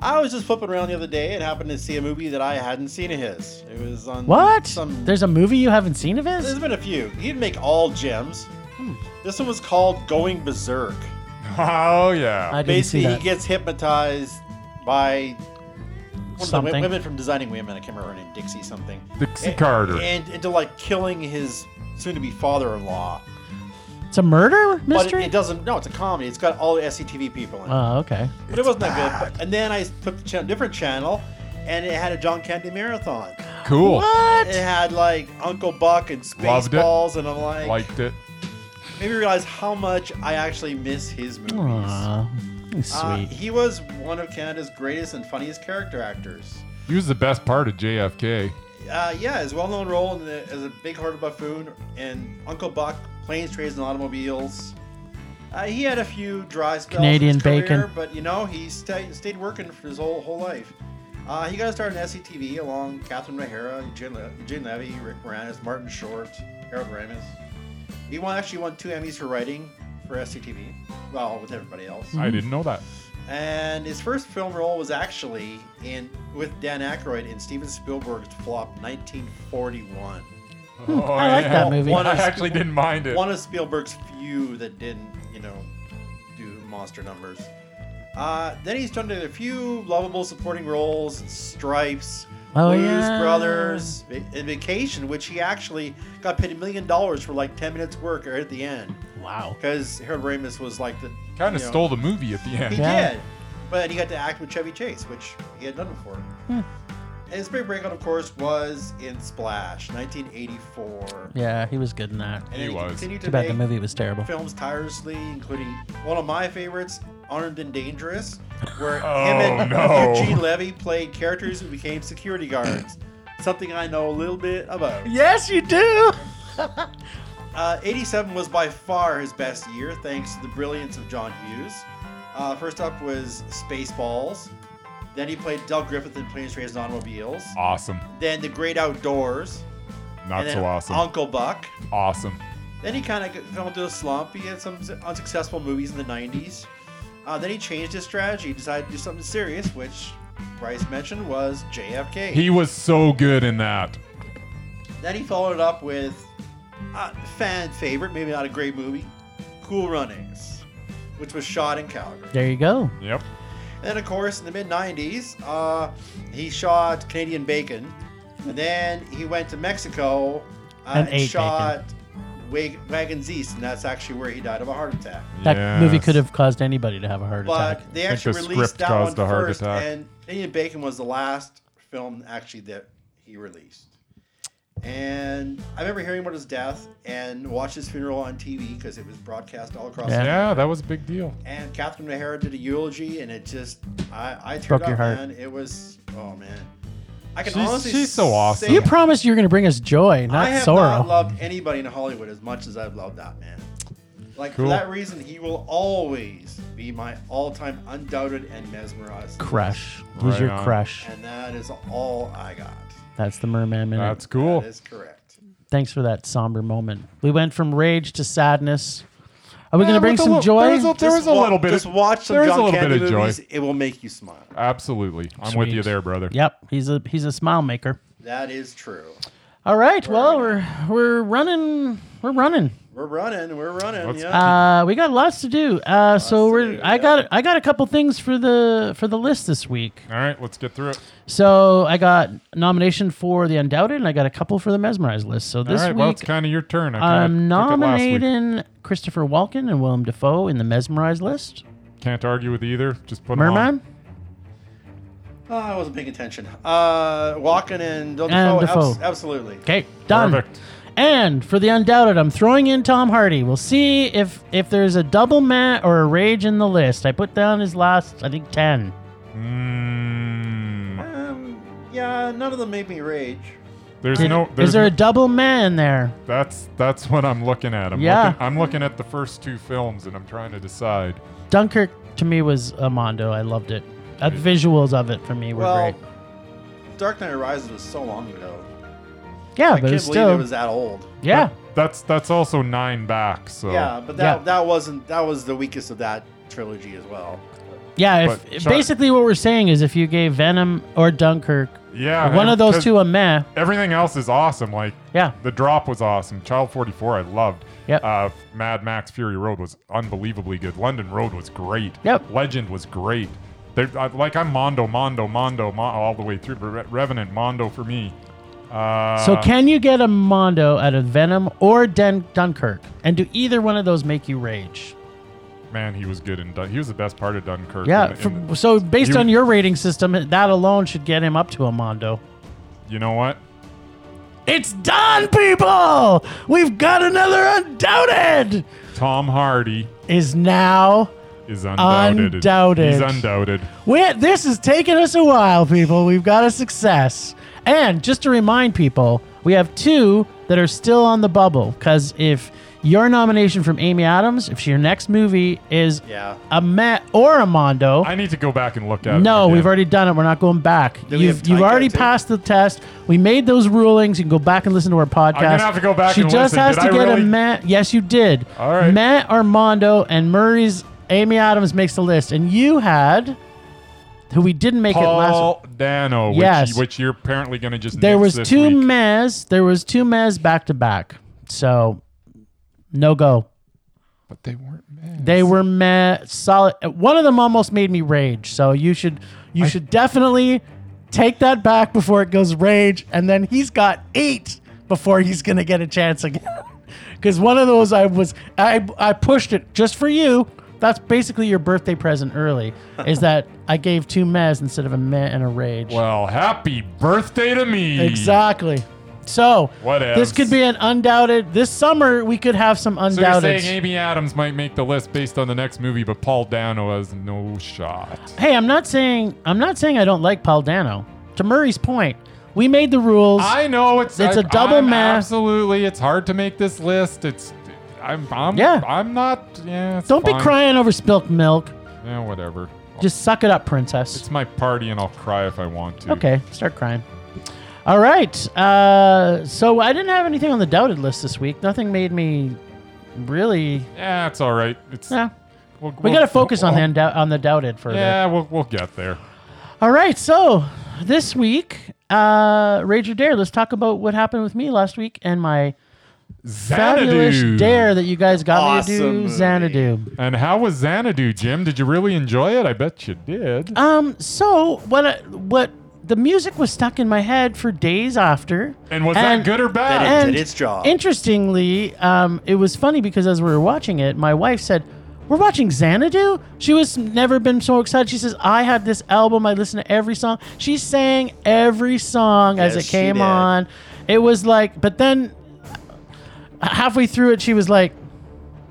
Speaker 3: I was just flipping around the other day and happened to see a movie that I hadn't seen of his. It was on
Speaker 2: What?
Speaker 3: Some
Speaker 2: There's a movie you haven't seen of his?
Speaker 3: There's been a few. He didn't make all gems.
Speaker 2: Hmm.
Speaker 3: This one was called Going Berserk.
Speaker 1: Oh yeah.
Speaker 2: I didn't see
Speaker 3: Basically, he
Speaker 2: that.
Speaker 3: gets hypnotized by one of the
Speaker 2: Something.
Speaker 3: wo- women from Designing Women. I can't remember her name, Dixie something.
Speaker 1: Dixie
Speaker 3: And-
Speaker 1: Carter.
Speaker 3: And into like killing his soon to be father in law.
Speaker 2: It's a murder
Speaker 3: But
Speaker 2: mystery.
Speaker 3: it, it doesn't. No, it's a comedy. It's got all the SCTV people in it.
Speaker 2: Oh, okay.
Speaker 3: but it wasn't that good. But- and then I put the channel, different channel, and it had a John Candy marathon.
Speaker 1: Cool.
Speaker 3: It had like Uncle Buck and
Speaker 1: Loved it.
Speaker 3: Spaceballs, and I'm like,
Speaker 1: Liked it.
Speaker 3: made me realize how much I actually miss his movies.
Speaker 2: Aw, that's
Speaker 3: Uh,
Speaker 2: sweet.
Speaker 3: he was one of Canada's greatest and funniest character actors.
Speaker 1: He was the best part of JFK.
Speaker 3: Uh, yeah, his well-known role in the, as a big-hearted buffoon in Uncle Buck, Planes, Trains, and Automobiles. Uh, he had a few dry spells. in his
Speaker 2: Canadian bacon.
Speaker 3: career, but you know he stayed stayed working for his whole whole life. Uh, he got started in SCTV along Catherine O'Hara, Eugene, Le- Eugene Levy, Rick Moranis, Martin Short, Harold Ramis. He won actually won two Emmys for writing for SCTV. Well, with everybody else.
Speaker 1: I didn't know that.
Speaker 3: And his first film role was actually in with Dan Aykroyd in Steven Spielberg's flop 1941.
Speaker 1: Oh,
Speaker 2: Hmm. I like that movie.
Speaker 1: I actually didn't mind it.
Speaker 3: One of Spielberg's few that didn't, you know, do monster numbers. Uh, then he's turned in a few lovable supporting roles: Stripes,
Speaker 2: Oh,
Speaker 3: Blues
Speaker 2: yeah.
Speaker 3: Brothers, Va- and Vacation, which he actually got paid a million dollars for like 10 minutes work right at the end
Speaker 2: Wow.
Speaker 3: because Harold Ramis was like the
Speaker 1: Kind of
Speaker 3: you know,
Speaker 1: stole the movie at the end.
Speaker 3: He
Speaker 2: Yeah.
Speaker 3: did, but he got to act with Chevy Chase, which he had done before.
Speaker 2: Hmm.
Speaker 3: And his big breakout, of course, was in Splash, 1984.
Speaker 2: Yeah, he was good in that.
Speaker 3: And
Speaker 1: He
Speaker 3: then
Speaker 1: was.
Speaker 3: continued to
Speaker 2: Too bad the
Speaker 3: make
Speaker 2: movie was terrible.
Speaker 3: films tirelessly, including one of my favorites, Armed and Dangerous, where
Speaker 1: Oh,
Speaker 3: him and
Speaker 1: no.
Speaker 3: Eugene Levy played characters who became security guards. Something I know a little bit about.
Speaker 2: Yes, you do.
Speaker 3: Uh, 87 was by far his best year, thanks to the brilliance of John Hughes. Uh, first up was Spaceballs. Then he played Del Griffith in Planes, Trains, and Automobiles.
Speaker 1: Awesome.
Speaker 3: Then The Great Outdoors.
Speaker 1: Not
Speaker 3: and then
Speaker 1: so awesome.
Speaker 3: Uncle Buck.
Speaker 1: awesome.
Speaker 3: Then he kind of fell into a slump. He had some unsuccessful movies in the 90s. Uh, then he changed his strategy, decided to do something serious, which Bryce mentioned was JFK.
Speaker 1: He was so good in that.
Speaker 3: Then he followed up with a fan favorite, maybe not a great movie, Cool Runnings, which was shot in Calgary.
Speaker 2: There you go.
Speaker 1: Yep.
Speaker 3: And then, of course, in the mid 90s, uh, he shot Canadian Bacon. And then he went to Mexico uh,
Speaker 2: And
Speaker 3: and,
Speaker 2: ate
Speaker 3: shot Wag- Wagons East, and that's actually where he died of a heart attack.
Speaker 2: That movie
Speaker 1: Yes.
Speaker 2: could have caused anybody to have a heart
Speaker 3: But
Speaker 2: attack.
Speaker 3: they
Speaker 1: think
Speaker 3: actually
Speaker 1: the
Speaker 3: released
Speaker 1: script
Speaker 3: that one
Speaker 1: caused
Speaker 3: first,
Speaker 1: a heart attack.
Speaker 3: and Indian Bacon was the last film actually that he released. And I remember hearing about his death and watched his funeral on TV because it was broadcast all across.
Speaker 2: Yeah.
Speaker 1: Yeah, that was a big deal.
Speaker 3: And Catherine O'Hara did a eulogy, and it just I I teared
Speaker 2: Broke
Speaker 3: up,
Speaker 2: your heart.
Speaker 3: man. It was oh man, I can
Speaker 1: She's-
Speaker 3: honestly
Speaker 1: she's so awesome.
Speaker 3: say
Speaker 2: You promised you were going to bring us joy,
Speaker 3: I
Speaker 2: not
Speaker 3: have
Speaker 2: sorrow.
Speaker 3: not loved anybody in Hollywood as much as I've loved that man. Like
Speaker 1: Cool.
Speaker 3: for that reason, he will always be my all-time undoubted and mesmerized
Speaker 2: crush. He's
Speaker 1: Right
Speaker 2: your
Speaker 1: on.
Speaker 2: crush.
Speaker 3: And that is all I got.
Speaker 2: That's the Merman Minute.
Speaker 1: That's cool.
Speaker 3: That is correct.
Speaker 2: Thanks for that somber moment. We went from rage to sadness. Are we going to
Speaker 1: Yeah,
Speaker 2: bring
Speaker 1: but
Speaker 2: some
Speaker 1: the-
Speaker 2: joy?
Speaker 1: there was a- there was
Speaker 3: Just
Speaker 1: a
Speaker 3: wa-
Speaker 1: little bit
Speaker 3: Just
Speaker 1: of-
Speaker 3: watch some
Speaker 1: there was a
Speaker 3: John
Speaker 1: little bit
Speaker 3: Candy
Speaker 1: of joy.
Speaker 3: movies. It will make you smile.
Speaker 1: Absolutely. I'm with
Speaker 2: Sweet.
Speaker 1: you there, brother.
Speaker 2: Yep, he's a he's a smile maker.
Speaker 3: That is true.
Speaker 2: All right. Well, we're we're running. We're running.
Speaker 3: We're running. We're running.
Speaker 1: Let's-
Speaker 3: yeah.
Speaker 2: Uh, we got lots to do. Uh, so
Speaker 3: to
Speaker 2: we're.
Speaker 3: do,
Speaker 2: I
Speaker 3: yeah.
Speaker 2: got. I got a couple things for the for the list this week.
Speaker 1: All right, let's get through it.
Speaker 2: So I got nomination for the Undoubted, and I got a couple for the Mesmerized list. So this
Speaker 1: All right,
Speaker 2: week
Speaker 1: well, it's kind of your turn. I kinda
Speaker 2: I'm
Speaker 1: took it last week.
Speaker 2: nominating Christopher Walken and Willem Dafoe in the Mesmerized list.
Speaker 1: Can't argue with either. Just put 'em on.
Speaker 2: Merman
Speaker 3: Oh, I wasn't paying attention. Uh, Walken and Del
Speaker 2: And
Speaker 3: Defoe, abs-
Speaker 2: Dafoe.
Speaker 3: absolutely.
Speaker 2: Okay, done.
Speaker 1: Perfect.
Speaker 2: And for the undoubted, I'm throwing in Tom Hardy. We'll see if if there's a double mat or a rage in the list. I put down his last, I think, ten.
Speaker 1: Mm,
Speaker 3: Um, yeah, none of them made me rage.
Speaker 1: there's
Speaker 2: Did-
Speaker 1: no. There's
Speaker 2: is there a
Speaker 1: no-
Speaker 2: double man there?
Speaker 1: that's that's what I'm looking at. I'm
Speaker 2: Yeah.
Speaker 1: Looking, I'm looking at the first two films and I'm trying to decide.
Speaker 2: Dunkirk to me was a mondo. I loved it. Uh, The visuals of it for me were
Speaker 3: Well,
Speaker 2: great.
Speaker 3: Dark Knight Rises was so long ago.
Speaker 2: Yeah,
Speaker 3: I
Speaker 2: but
Speaker 3: can't
Speaker 2: it's
Speaker 3: believe
Speaker 2: still
Speaker 3: it was that old.
Speaker 2: yeah.
Speaker 1: That- that's that's also nine back. So
Speaker 3: Yeah, but that
Speaker 2: Yeah.
Speaker 3: that wasn't that was the weakest of that trilogy as well.
Speaker 2: Yeah,
Speaker 1: But
Speaker 2: if,
Speaker 1: sorry.
Speaker 2: basically what we're saying is if you gave Venom or Dunkirk
Speaker 1: Yeah,
Speaker 2: one
Speaker 1: and
Speaker 2: of those
Speaker 1: 'cause
Speaker 2: two a meh,
Speaker 1: Everything else is awesome. Like
Speaker 2: yeah,
Speaker 1: The Drop was awesome. Child 44, I loved.
Speaker 2: Yep.
Speaker 1: Uh, Mad Max Fury Road was unbelievably good. London Road was great.
Speaker 2: Yep.
Speaker 1: Legend was great. There, I, like I'm Mondo, Mondo, Mondo, Mo- all the way through. Re- Revenant, Mondo for me. Uh,
Speaker 2: So can you get a Mondo out of Venom or Den- Dunkirk? And do either one of those make you rage?
Speaker 1: man, he was good in Dun- he was the best part of Dunkirk.
Speaker 2: Yeah.
Speaker 1: in the-
Speaker 2: for-
Speaker 1: in the-
Speaker 2: so based
Speaker 1: you-
Speaker 2: on your rating system, that alone should get him up to a Mondo.
Speaker 1: you know what?
Speaker 2: It's done, people. We've got another undoubted.
Speaker 1: Tom Hardy
Speaker 2: Is now.
Speaker 1: is undoubted.
Speaker 2: Undoubted.
Speaker 1: He's undoubted.
Speaker 2: we this is taking us a while, people. We've got a success. And just to remind people, we have two that are still on the bubble. Because if your nomination from Amy Adams, if your next movie is
Speaker 3: Yeah.
Speaker 2: a Met or a Mondo,
Speaker 1: I need to go back and look at. it
Speaker 2: no,
Speaker 1: again.
Speaker 2: we've already done it. We're not going back.
Speaker 3: we
Speaker 2: You've,
Speaker 3: have
Speaker 2: you've
Speaker 3: Taika,
Speaker 2: already
Speaker 3: too?
Speaker 2: passed the test. We made those rulings. You can go back and listen to our podcast.
Speaker 1: gonna have to go back
Speaker 2: She
Speaker 1: and
Speaker 2: just
Speaker 1: listen.
Speaker 2: has
Speaker 1: Did
Speaker 2: to
Speaker 1: I
Speaker 2: get
Speaker 1: really-
Speaker 2: a Matt. Yes, you did.
Speaker 1: All right.
Speaker 2: Matt Armando and Murray's Amy Adams makes the list, and you had who we didn't make it last.
Speaker 1: Paul Dano, which,
Speaker 2: Yes.
Speaker 1: which you're apparently going to just.
Speaker 2: There
Speaker 1: nix
Speaker 2: was
Speaker 1: this
Speaker 2: two
Speaker 1: week.
Speaker 2: Mez. There was two Mez back to back. So no go.
Speaker 1: but they weren't. Mez.
Speaker 2: They were met solid. One of them almost made me rage. So you should you should definitely take that back before it goes rage. And then he's got eight before he's gonna get a chance again. Because one of those I was I I pushed it just for you. That's basically your birthday present early. Is that I gave two mez instead of a meh and a rage.
Speaker 1: Well, happy birthday to me.
Speaker 2: Exactly. So
Speaker 1: What
Speaker 2: this
Speaker 1: else?
Speaker 2: could be an undoubted. This summer we could have some
Speaker 1: So you're
Speaker 2: undoubted.
Speaker 1: saying Amy Adams might make the list based on the next movie, but Paul Dano has no shot.
Speaker 2: Hey, I'm not saying I'm not saying I don't like Paul Dano. To Murray's point, we made the rules.
Speaker 1: I know it's
Speaker 2: It's
Speaker 1: a
Speaker 2: a double ma-
Speaker 1: Absolutely, it's hard to make this list. It's I'm I'm
Speaker 2: Yeah.
Speaker 1: I'm not. Yeah. it's
Speaker 2: don't be
Speaker 1: fine.
Speaker 2: crying over spilt milk.
Speaker 1: Yeah, Eh, whatever.
Speaker 2: Just suck it up, princess.
Speaker 1: it's my party, and I'll cry if I want to.
Speaker 2: Okay, start crying. All right. Uh, so I didn't have anything on the doubted list this week. Nothing made me really.
Speaker 1: Yeah, it's all right. It's
Speaker 2: Yeah.
Speaker 1: we'll-
Speaker 2: We
Speaker 1: we'll-
Speaker 2: got to focus on
Speaker 1: we'll-
Speaker 2: the undou- on the doubted for a bit.
Speaker 1: Yeah, we'll we'll get there.
Speaker 2: All right. So this week, uh, Rage or Dare. Let's talk about what happened with me last week and my
Speaker 1: Xanadu.
Speaker 2: fabulous dare that you guys got me to
Speaker 3: Awesome
Speaker 2: do.
Speaker 3: movie.
Speaker 2: Xanadu.
Speaker 1: And how was Xanadu, Jim? Did you really enjoy it? I bet you did.
Speaker 2: Um. So what? I, what? The music was stuck in my head for days after.
Speaker 1: and was that good or bad?
Speaker 3: That It did its job.
Speaker 2: Interestingly, um, it was funny because as we were watching it, my wife said, "We're watching Xanadu." She was never been so excited. She says, "I had this album. I listened to every song." She sang every song as
Speaker 3: Yes,
Speaker 2: it
Speaker 3: she
Speaker 2: came
Speaker 3: did.
Speaker 2: on. It was like, but then halfway through it, she was like,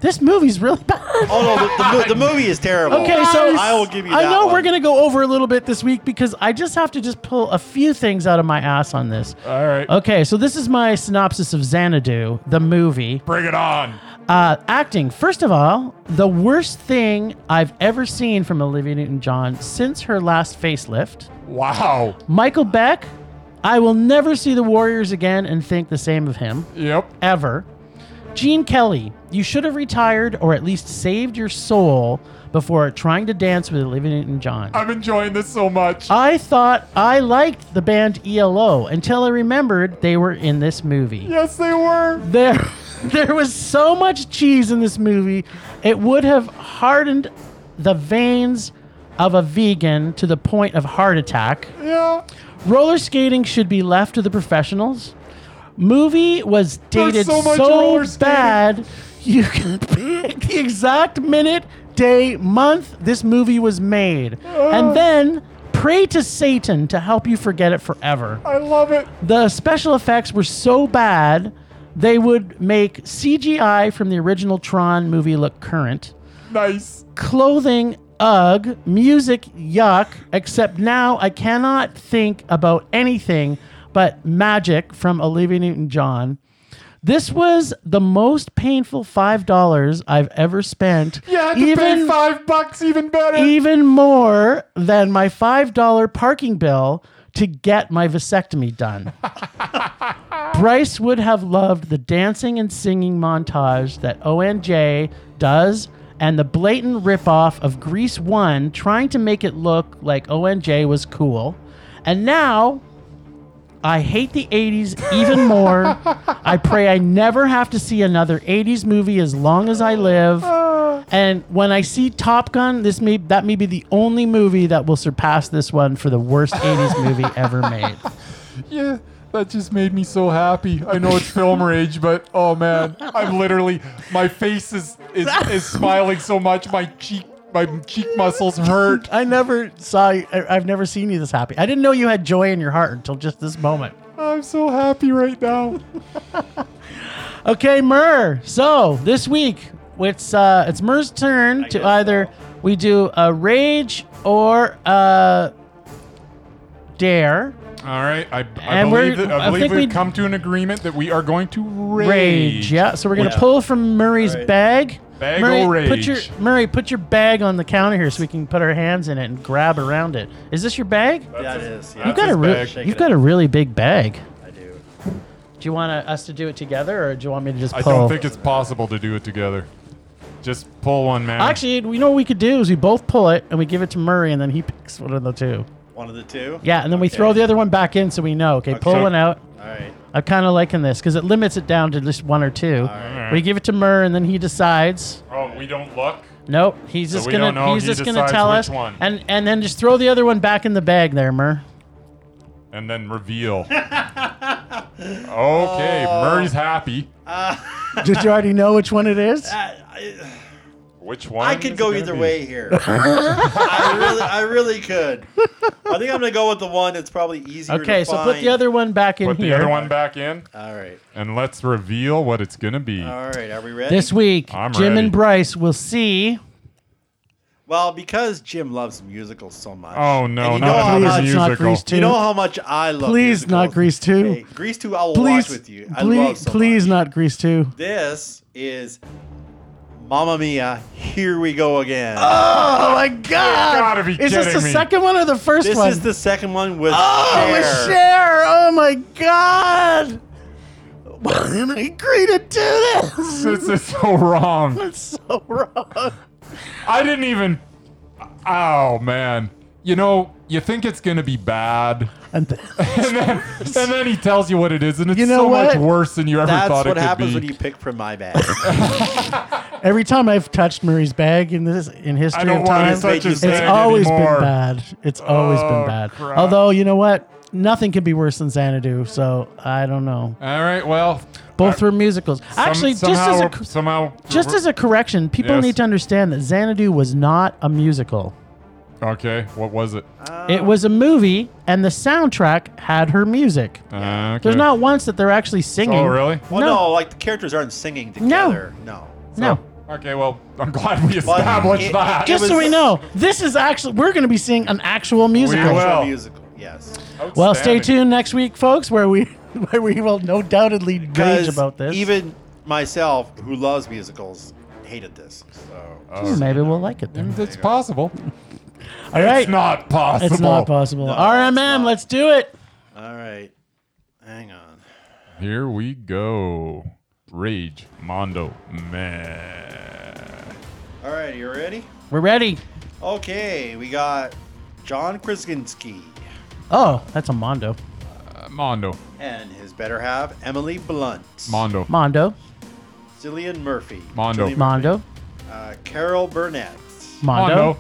Speaker 2: "This movie's really bad."
Speaker 3: Oh no, the, the, mo- the movie is terrible.
Speaker 2: Okay, so
Speaker 3: I will give you.
Speaker 2: I
Speaker 3: that
Speaker 2: know
Speaker 3: one.
Speaker 2: we're gonna go over a little bit this week because I just have to just pull a few things out of my ass on this.
Speaker 1: all right.
Speaker 2: Okay, so this is my synopsis of Xanadu, the movie.
Speaker 1: Bring it on.
Speaker 2: Uh, acting. First of all, the worst thing I've ever seen from Olivia Newton-John since her last facelift.
Speaker 1: Wow.
Speaker 2: Michael Beck. I will never see the Warriors again and think the same of him
Speaker 1: Yep.
Speaker 2: ever. Gene Kelly, you should have retired or at least saved your soul before trying to dance with Olivia Newton-John.
Speaker 1: I'm enjoying this so much.
Speaker 2: I thought I liked the band ELO until I remembered they were in this movie.
Speaker 1: yes, they were.
Speaker 2: There, there was so much cheese in this movie, it would have hardened the veins of a vegan to the point of heart attack.
Speaker 1: Yeah.
Speaker 2: Roller skating should be left to the professionals. Movie was
Speaker 1: There's
Speaker 2: dated
Speaker 1: so
Speaker 2: so,
Speaker 1: much roller skating.
Speaker 2: bad, you can pick the exact minute, day, month this movie was made,
Speaker 1: Ah.
Speaker 2: and then pray to Satan to help you forget it forever.
Speaker 1: I love it.
Speaker 2: The special effects were so bad, they would make CGI from the original Tron movie look current
Speaker 1: Nice.
Speaker 2: clothing ugh music yuck except now i cannot think about anything but magic from olivia newton-john this was the most painful five dollars i've ever spent
Speaker 1: You had to pay five bucks, even better.
Speaker 2: even more than my five dollar parking bill to get my vasectomy done Bryce would have loved the dancing and singing montage that ONJ does and the blatant ripoff of Grease 1 trying to make it look like ONJ was cool. And now I hate the 80s even more. I pray I never have to see another 80s movie as long as I live. And when I see Top Gun, this may that may be the only movie that will surpass this one for the worst 80s movie ever made.
Speaker 1: yeah. That just made me so happy. I know it's film rage, but oh man, I'm literally my face is is, is smiling so much. My cheek my cheek muscles hurt.
Speaker 2: I never saw. you- I, I've never seen you this happy. I didn't know you had joy in your heart until just this moment.
Speaker 1: I'm so happy right now.
Speaker 2: Okay, Murr. So this week, it's uh, it's Murr's turn to
Speaker 3: guess
Speaker 2: either we do a rage or a dare.
Speaker 1: All right, I, I
Speaker 2: And we're-
Speaker 1: believe, that, I
Speaker 2: I
Speaker 1: believe
Speaker 2: think
Speaker 1: we've
Speaker 2: we-
Speaker 1: come to an agreement that we are going to rage.
Speaker 2: Rage. Yeah. So we're gonna
Speaker 3: Yeah.
Speaker 2: pull from Murray's
Speaker 3: Alright.
Speaker 2: bag.
Speaker 1: Bag
Speaker 2: Murray,
Speaker 1: o'
Speaker 2: Put your,
Speaker 1: rage.
Speaker 2: Murray, put your bag on the counter here so we can put our hands in it and grab around it. Is this your bag?
Speaker 3: That is. Yeah,
Speaker 2: You've got a
Speaker 1: his
Speaker 2: re-
Speaker 1: bag.
Speaker 3: Shaking
Speaker 2: you've
Speaker 3: it.
Speaker 2: got a really big bag.
Speaker 3: I do.
Speaker 2: Do you want uh, us to do it together, or do you want me to just
Speaker 1: I
Speaker 2: pull?
Speaker 1: don't think it's possible to do it together. Just pull one, man.
Speaker 2: Actually, we know what we could do is we both pull it and we give it to Murray, and then he picks one of the two.
Speaker 3: One of the two.
Speaker 2: Yeah, and then we
Speaker 3: Okay.
Speaker 2: throw the other one back in so we know. Okay, pull
Speaker 1: Okay.
Speaker 2: one out.
Speaker 3: All right.
Speaker 2: I'm kind of liking this because it limits it down to just one or two.
Speaker 1: right.
Speaker 2: We give it to Murr, and then he decides.
Speaker 1: oh, we don't look.
Speaker 2: Nope, he's just
Speaker 1: we
Speaker 2: gonna
Speaker 1: don't know,
Speaker 2: he's
Speaker 1: he
Speaker 2: just gonna
Speaker 1: decides
Speaker 2: tell
Speaker 1: which
Speaker 2: us,
Speaker 1: one.
Speaker 2: and and then just throw the other one back in the bag there, Murr.
Speaker 1: and then reveal. okay, Murray's happy.
Speaker 2: Did you already know which one it is?
Speaker 3: I,
Speaker 1: Which one?
Speaker 3: I, I could
Speaker 1: is
Speaker 3: go
Speaker 1: it gonna
Speaker 3: either
Speaker 1: be?
Speaker 3: way here. I really, I really could. I think I'm gonna go with the one that's probably easier. to
Speaker 2: Okay, so put
Speaker 3: find.
Speaker 2: the other one back in
Speaker 1: Put
Speaker 2: here.
Speaker 1: the other one back in,
Speaker 3: All right.
Speaker 1: and let's reveal what it's gonna be.
Speaker 2: Uh,
Speaker 3: All right. Are we ready?
Speaker 2: This week,
Speaker 1: I'm
Speaker 2: Jim
Speaker 1: ready.
Speaker 2: and Bryce will see.
Speaker 3: well, because Jim loves musicals so much.
Speaker 1: Oh no,
Speaker 3: And
Speaker 1: not
Speaker 3: you know how
Speaker 1: another
Speaker 3: much-
Speaker 2: Please, not
Speaker 1: musical.
Speaker 2: Grease
Speaker 3: You know how much I love.
Speaker 2: Please, not Grease two.
Speaker 3: musicals. Hey, Grease two. I will watch
Speaker 2: Please,
Speaker 3: with you. I
Speaker 2: please,
Speaker 3: love so
Speaker 2: please
Speaker 3: much.
Speaker 2: not Grease too.
Speaker 3: This is Mamma Mia. Here we go again.
Speaker 2: Oh my God!
Speaker 1: gotta be
Speaker 2: is this
Speaker 1: kidding
Speaker 2: the
Speaker 1: me.
Speaker 2: second one or the first
Speaker 3: this
Speaker 2: one?
Speaker 3: is the second one with
Speaker 2: Oh,
Speaker 3: Cher.
Speaker 2: with Cher! Oh my God! Why did I agree to do this?
Speaker 1: This is so wrong.
Speaker 2: It's so wrong.
Speaker 1: I didn't even. Oh man, you know, you think it's gonna be bad,
Speaker 2: And th-
Speaker 1: and then, and then he tells you what it is, and it's
Speaker 2: You know
Speaker 1: so much
Speaker 2: what?
Speaker 1: worse than you ever
Speaker 3: That's
Speaker 1: thought it
Speaker 3: what
Speaker 1: could
Speaker 3: happens
Speaker 1: be.
Speaker 3: when you pick from my bag.
Speaker 2: every time I've touched Murray's bag in this in history
Speaker 1: I don't
Speaker 2: of
Speaker 1: want
Speaker 2: time,
Speaker 1: to touch
Speaker 3: you
Speaker 1: his
Speaker 3: think.
Speaker 2: it's
Speaker 1: bag
Speaker 2: always
Speaker 1: anymore.
Speaker 2: been bad. It's always
Speaker 1: Oh,
Speaker 2: been bad.
Speaker 1: crap.
Speaker 2: Although you know what, nothing can be worse than Xanadu. So I don't know.
Speaker 1: All right, well,
Speaker 2: Both were musicals.
Speaker 1: some-
Speaker 2: Actually,
Speaker 1: somehow,
Speaker 2: just as a
Speaker 1: somehow,
Speaker 2: just as a correction, people
Speaker 1: Yes.
Speaker 2: need to understand that Xanadu was not a musical.
Speaker 1: okay, what was it?
Speaker 2: It was a movie, and the soundtrack had her music.
Speaker 1: Uh, okay.
Speaker 2: There's not once that they're actually singing.
Speaker 1: Oh, really?
Speaker 3: well,
Speaker 2: no,
Speaker 3: no. like the characters aren't singing
Speaker 2: No.
Speaker 3: together. No.
Speaker 2: no.
Speaker 1: Okay, well, I'm glad we
Speaker 3: But
Speaker 1: established
Speaker 3: it-
Speaker 1: that.
Speaker 2: Just so
Speaker 3: was-
Speaker 2: we know, this is actually we're going to be seeing an actual
Speaker 1: We
Speaker 2: musical.
Speaker 1: will.
Speaker 3: Actual
Speaker 1: Well.
Speaker 3: musical. Yes.
Speaker 2: Well, stay
Speaker 1: Outstanding.
Speaker 2: tuned next week, folks, where we where we will no doubtedly rage
Speaker 3: Because
Speaker 2: about this.
Speaker 3: even myself, who loves musicals, hated this. So
Speaker 2: Hmm, maybe we'll like it then.
Speaker 1: It's possible.
Speaker 2: All right,
Speaker 1: It's not possible.
Speaker 2: It's not possible.
Speaker 3: No, it's
Speaker 2: RMM,
Speaker 3: not.
Speaker 2: let's do it.
Speaker 3: all right, hang on.
Speaker 1: Here we go. Rage Mondo Man.
Speaker 3: All right, you ready?
Speaker 2: We're ready.
Speaker 3: Okay, we got John Krasinski
Speaker 2: Oh, that's a mondo.
Speaker 1: Uh, Mondo.
Speaker 3: and his better half Emily Blunt,
Speaker 1: Mondo.
Speaker 2: Mondo.
Speaker 3: Cillian Murphy,
Speaker 1: Mondo.
Speaker 3: Cillian
Speaker 2: Mondo.
Speaker 3: Murphy, uh, Carol Burnett,
Speaker 2: Mondo.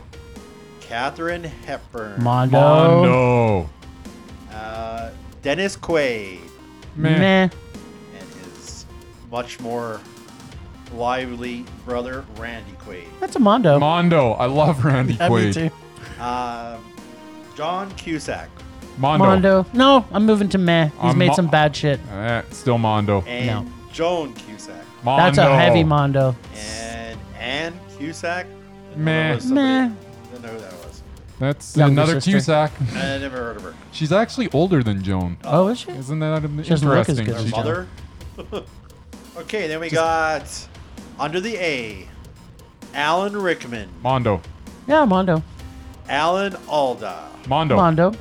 Speaker 3: Catherine Hepburn,
Speaker 2: Mondo.
Speaker 1: Mondo.
Speaker 3: uh, Dennis Quaid,
Speaker 1: Meh.
Speaker 2: Meh.
Speaker 3: and his much more lively brother Randy Quaid.
Speaker 2: That's a mondo.
Speaker 1: Mondo. I love Randy
Speaker 2: Yeah, me
Speaker 1: Quaid.
Speaker 2: too.
Speaker 3: Um, John Cusack
Speaker 1: Mondo.
Speaker 2: Mondo. No, I'm moving to meh. He's
Speaker 1: I'm
Speaker 2: made
Speaker 1: Mo-
Speaker 2: some bad shit.
Speaker 1: Eh, still Mondo.
Speaker 3: and
Speaker 2: No.
Speaker 3: Joan Cusack
Speaker 1: Mondo.
Speaker 2: That's a heavy mondo.
Speaker 3: and Ann Cusack.
Speaker 1: Meh.
Speaker 3: I don't know
Speaker 2: Meh.
Speaker 3: who that was. I don't know who that was.
Speaker 1: That's
Speaker 2: Younger
Speaker 1: another
Speaker 2: sister.
Speaker 1: Cusack.
Speaker 3: I never heard of her.
Speaker 1: She's actually older than Joan.
Speaker 2: Oh, is she?
Speaker 1: Isn't that
Speaker 2: doesn't look as
Speaker 1: interesting?
Speaker 2: good as
Speaker 1: She-
Speaker 2: Joan.
Speaker 3: Mother. okay, then we got under the A, Alan Rickman,
Speaker 1: Mondo.
Speaker 2: Yeah, mondo.
Speaker 3: Alan Alda,
Speaker 1: Mondo.
Speaker 2: Mondo.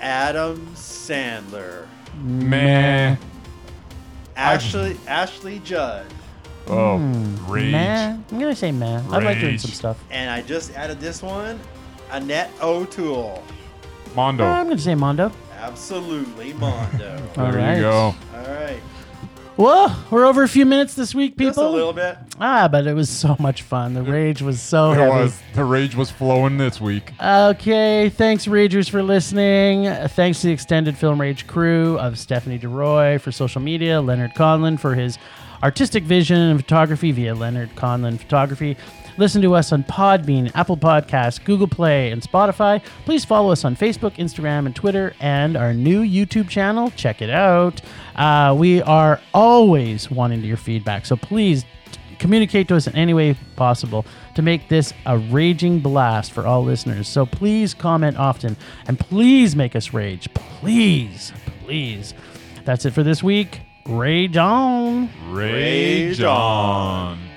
Speaker 3: Adam Sandler,
Speaker 1: Meh.
Speaker 3: Ashley Ashley Judd,
Speaker 1: Oh, rage.
Speaker 2: Hmm. Meh. I'm gonna say meh. I like doing
Speaker 1: Rage.
Speaker 2: some stuff.
Speaker 3: and I just added this one, Annette O'Toole.
Speaker 1: Mondo.
Speaker 2: I'm gonna say mondo.
Speaker 3: Absolutely, Mondo.
Speaker 1: there
Speaker 2: Alright.
Speaker 1: you go.
Speaker 3: All right.
Speaker 2: Well, we're over a few minutes this week, people.
Speaker 3: Just a little bit.
Speaker 2: Ah, but it was so much fun. The rage was so
Speaker 1: It
Speaker 2: heavy.
Speaker 1: was the rage was flowing this week.
Speaker 2: Okay, thanks Ragers for listening. Uh, Thanks to the extended Film Rage crew of Stephanie DeRoy for social media, Leonard Conlin for his artistic vision and photography via Leonard Conlin Photography. Listen to us on Podbean, Apple Podcasts, Google Play, and Spotify. Please follow us on Facebook, Instagram, and Twitter, and our new YouTube channel. Check it out. Uh, we are always wanting your feedback, so please communicate to us in any way possible to make this a raging blast for all listeners. So please comment often and please make us rage. Please, please. That's it for this week. Rage on.
Speaker 1: Rage on.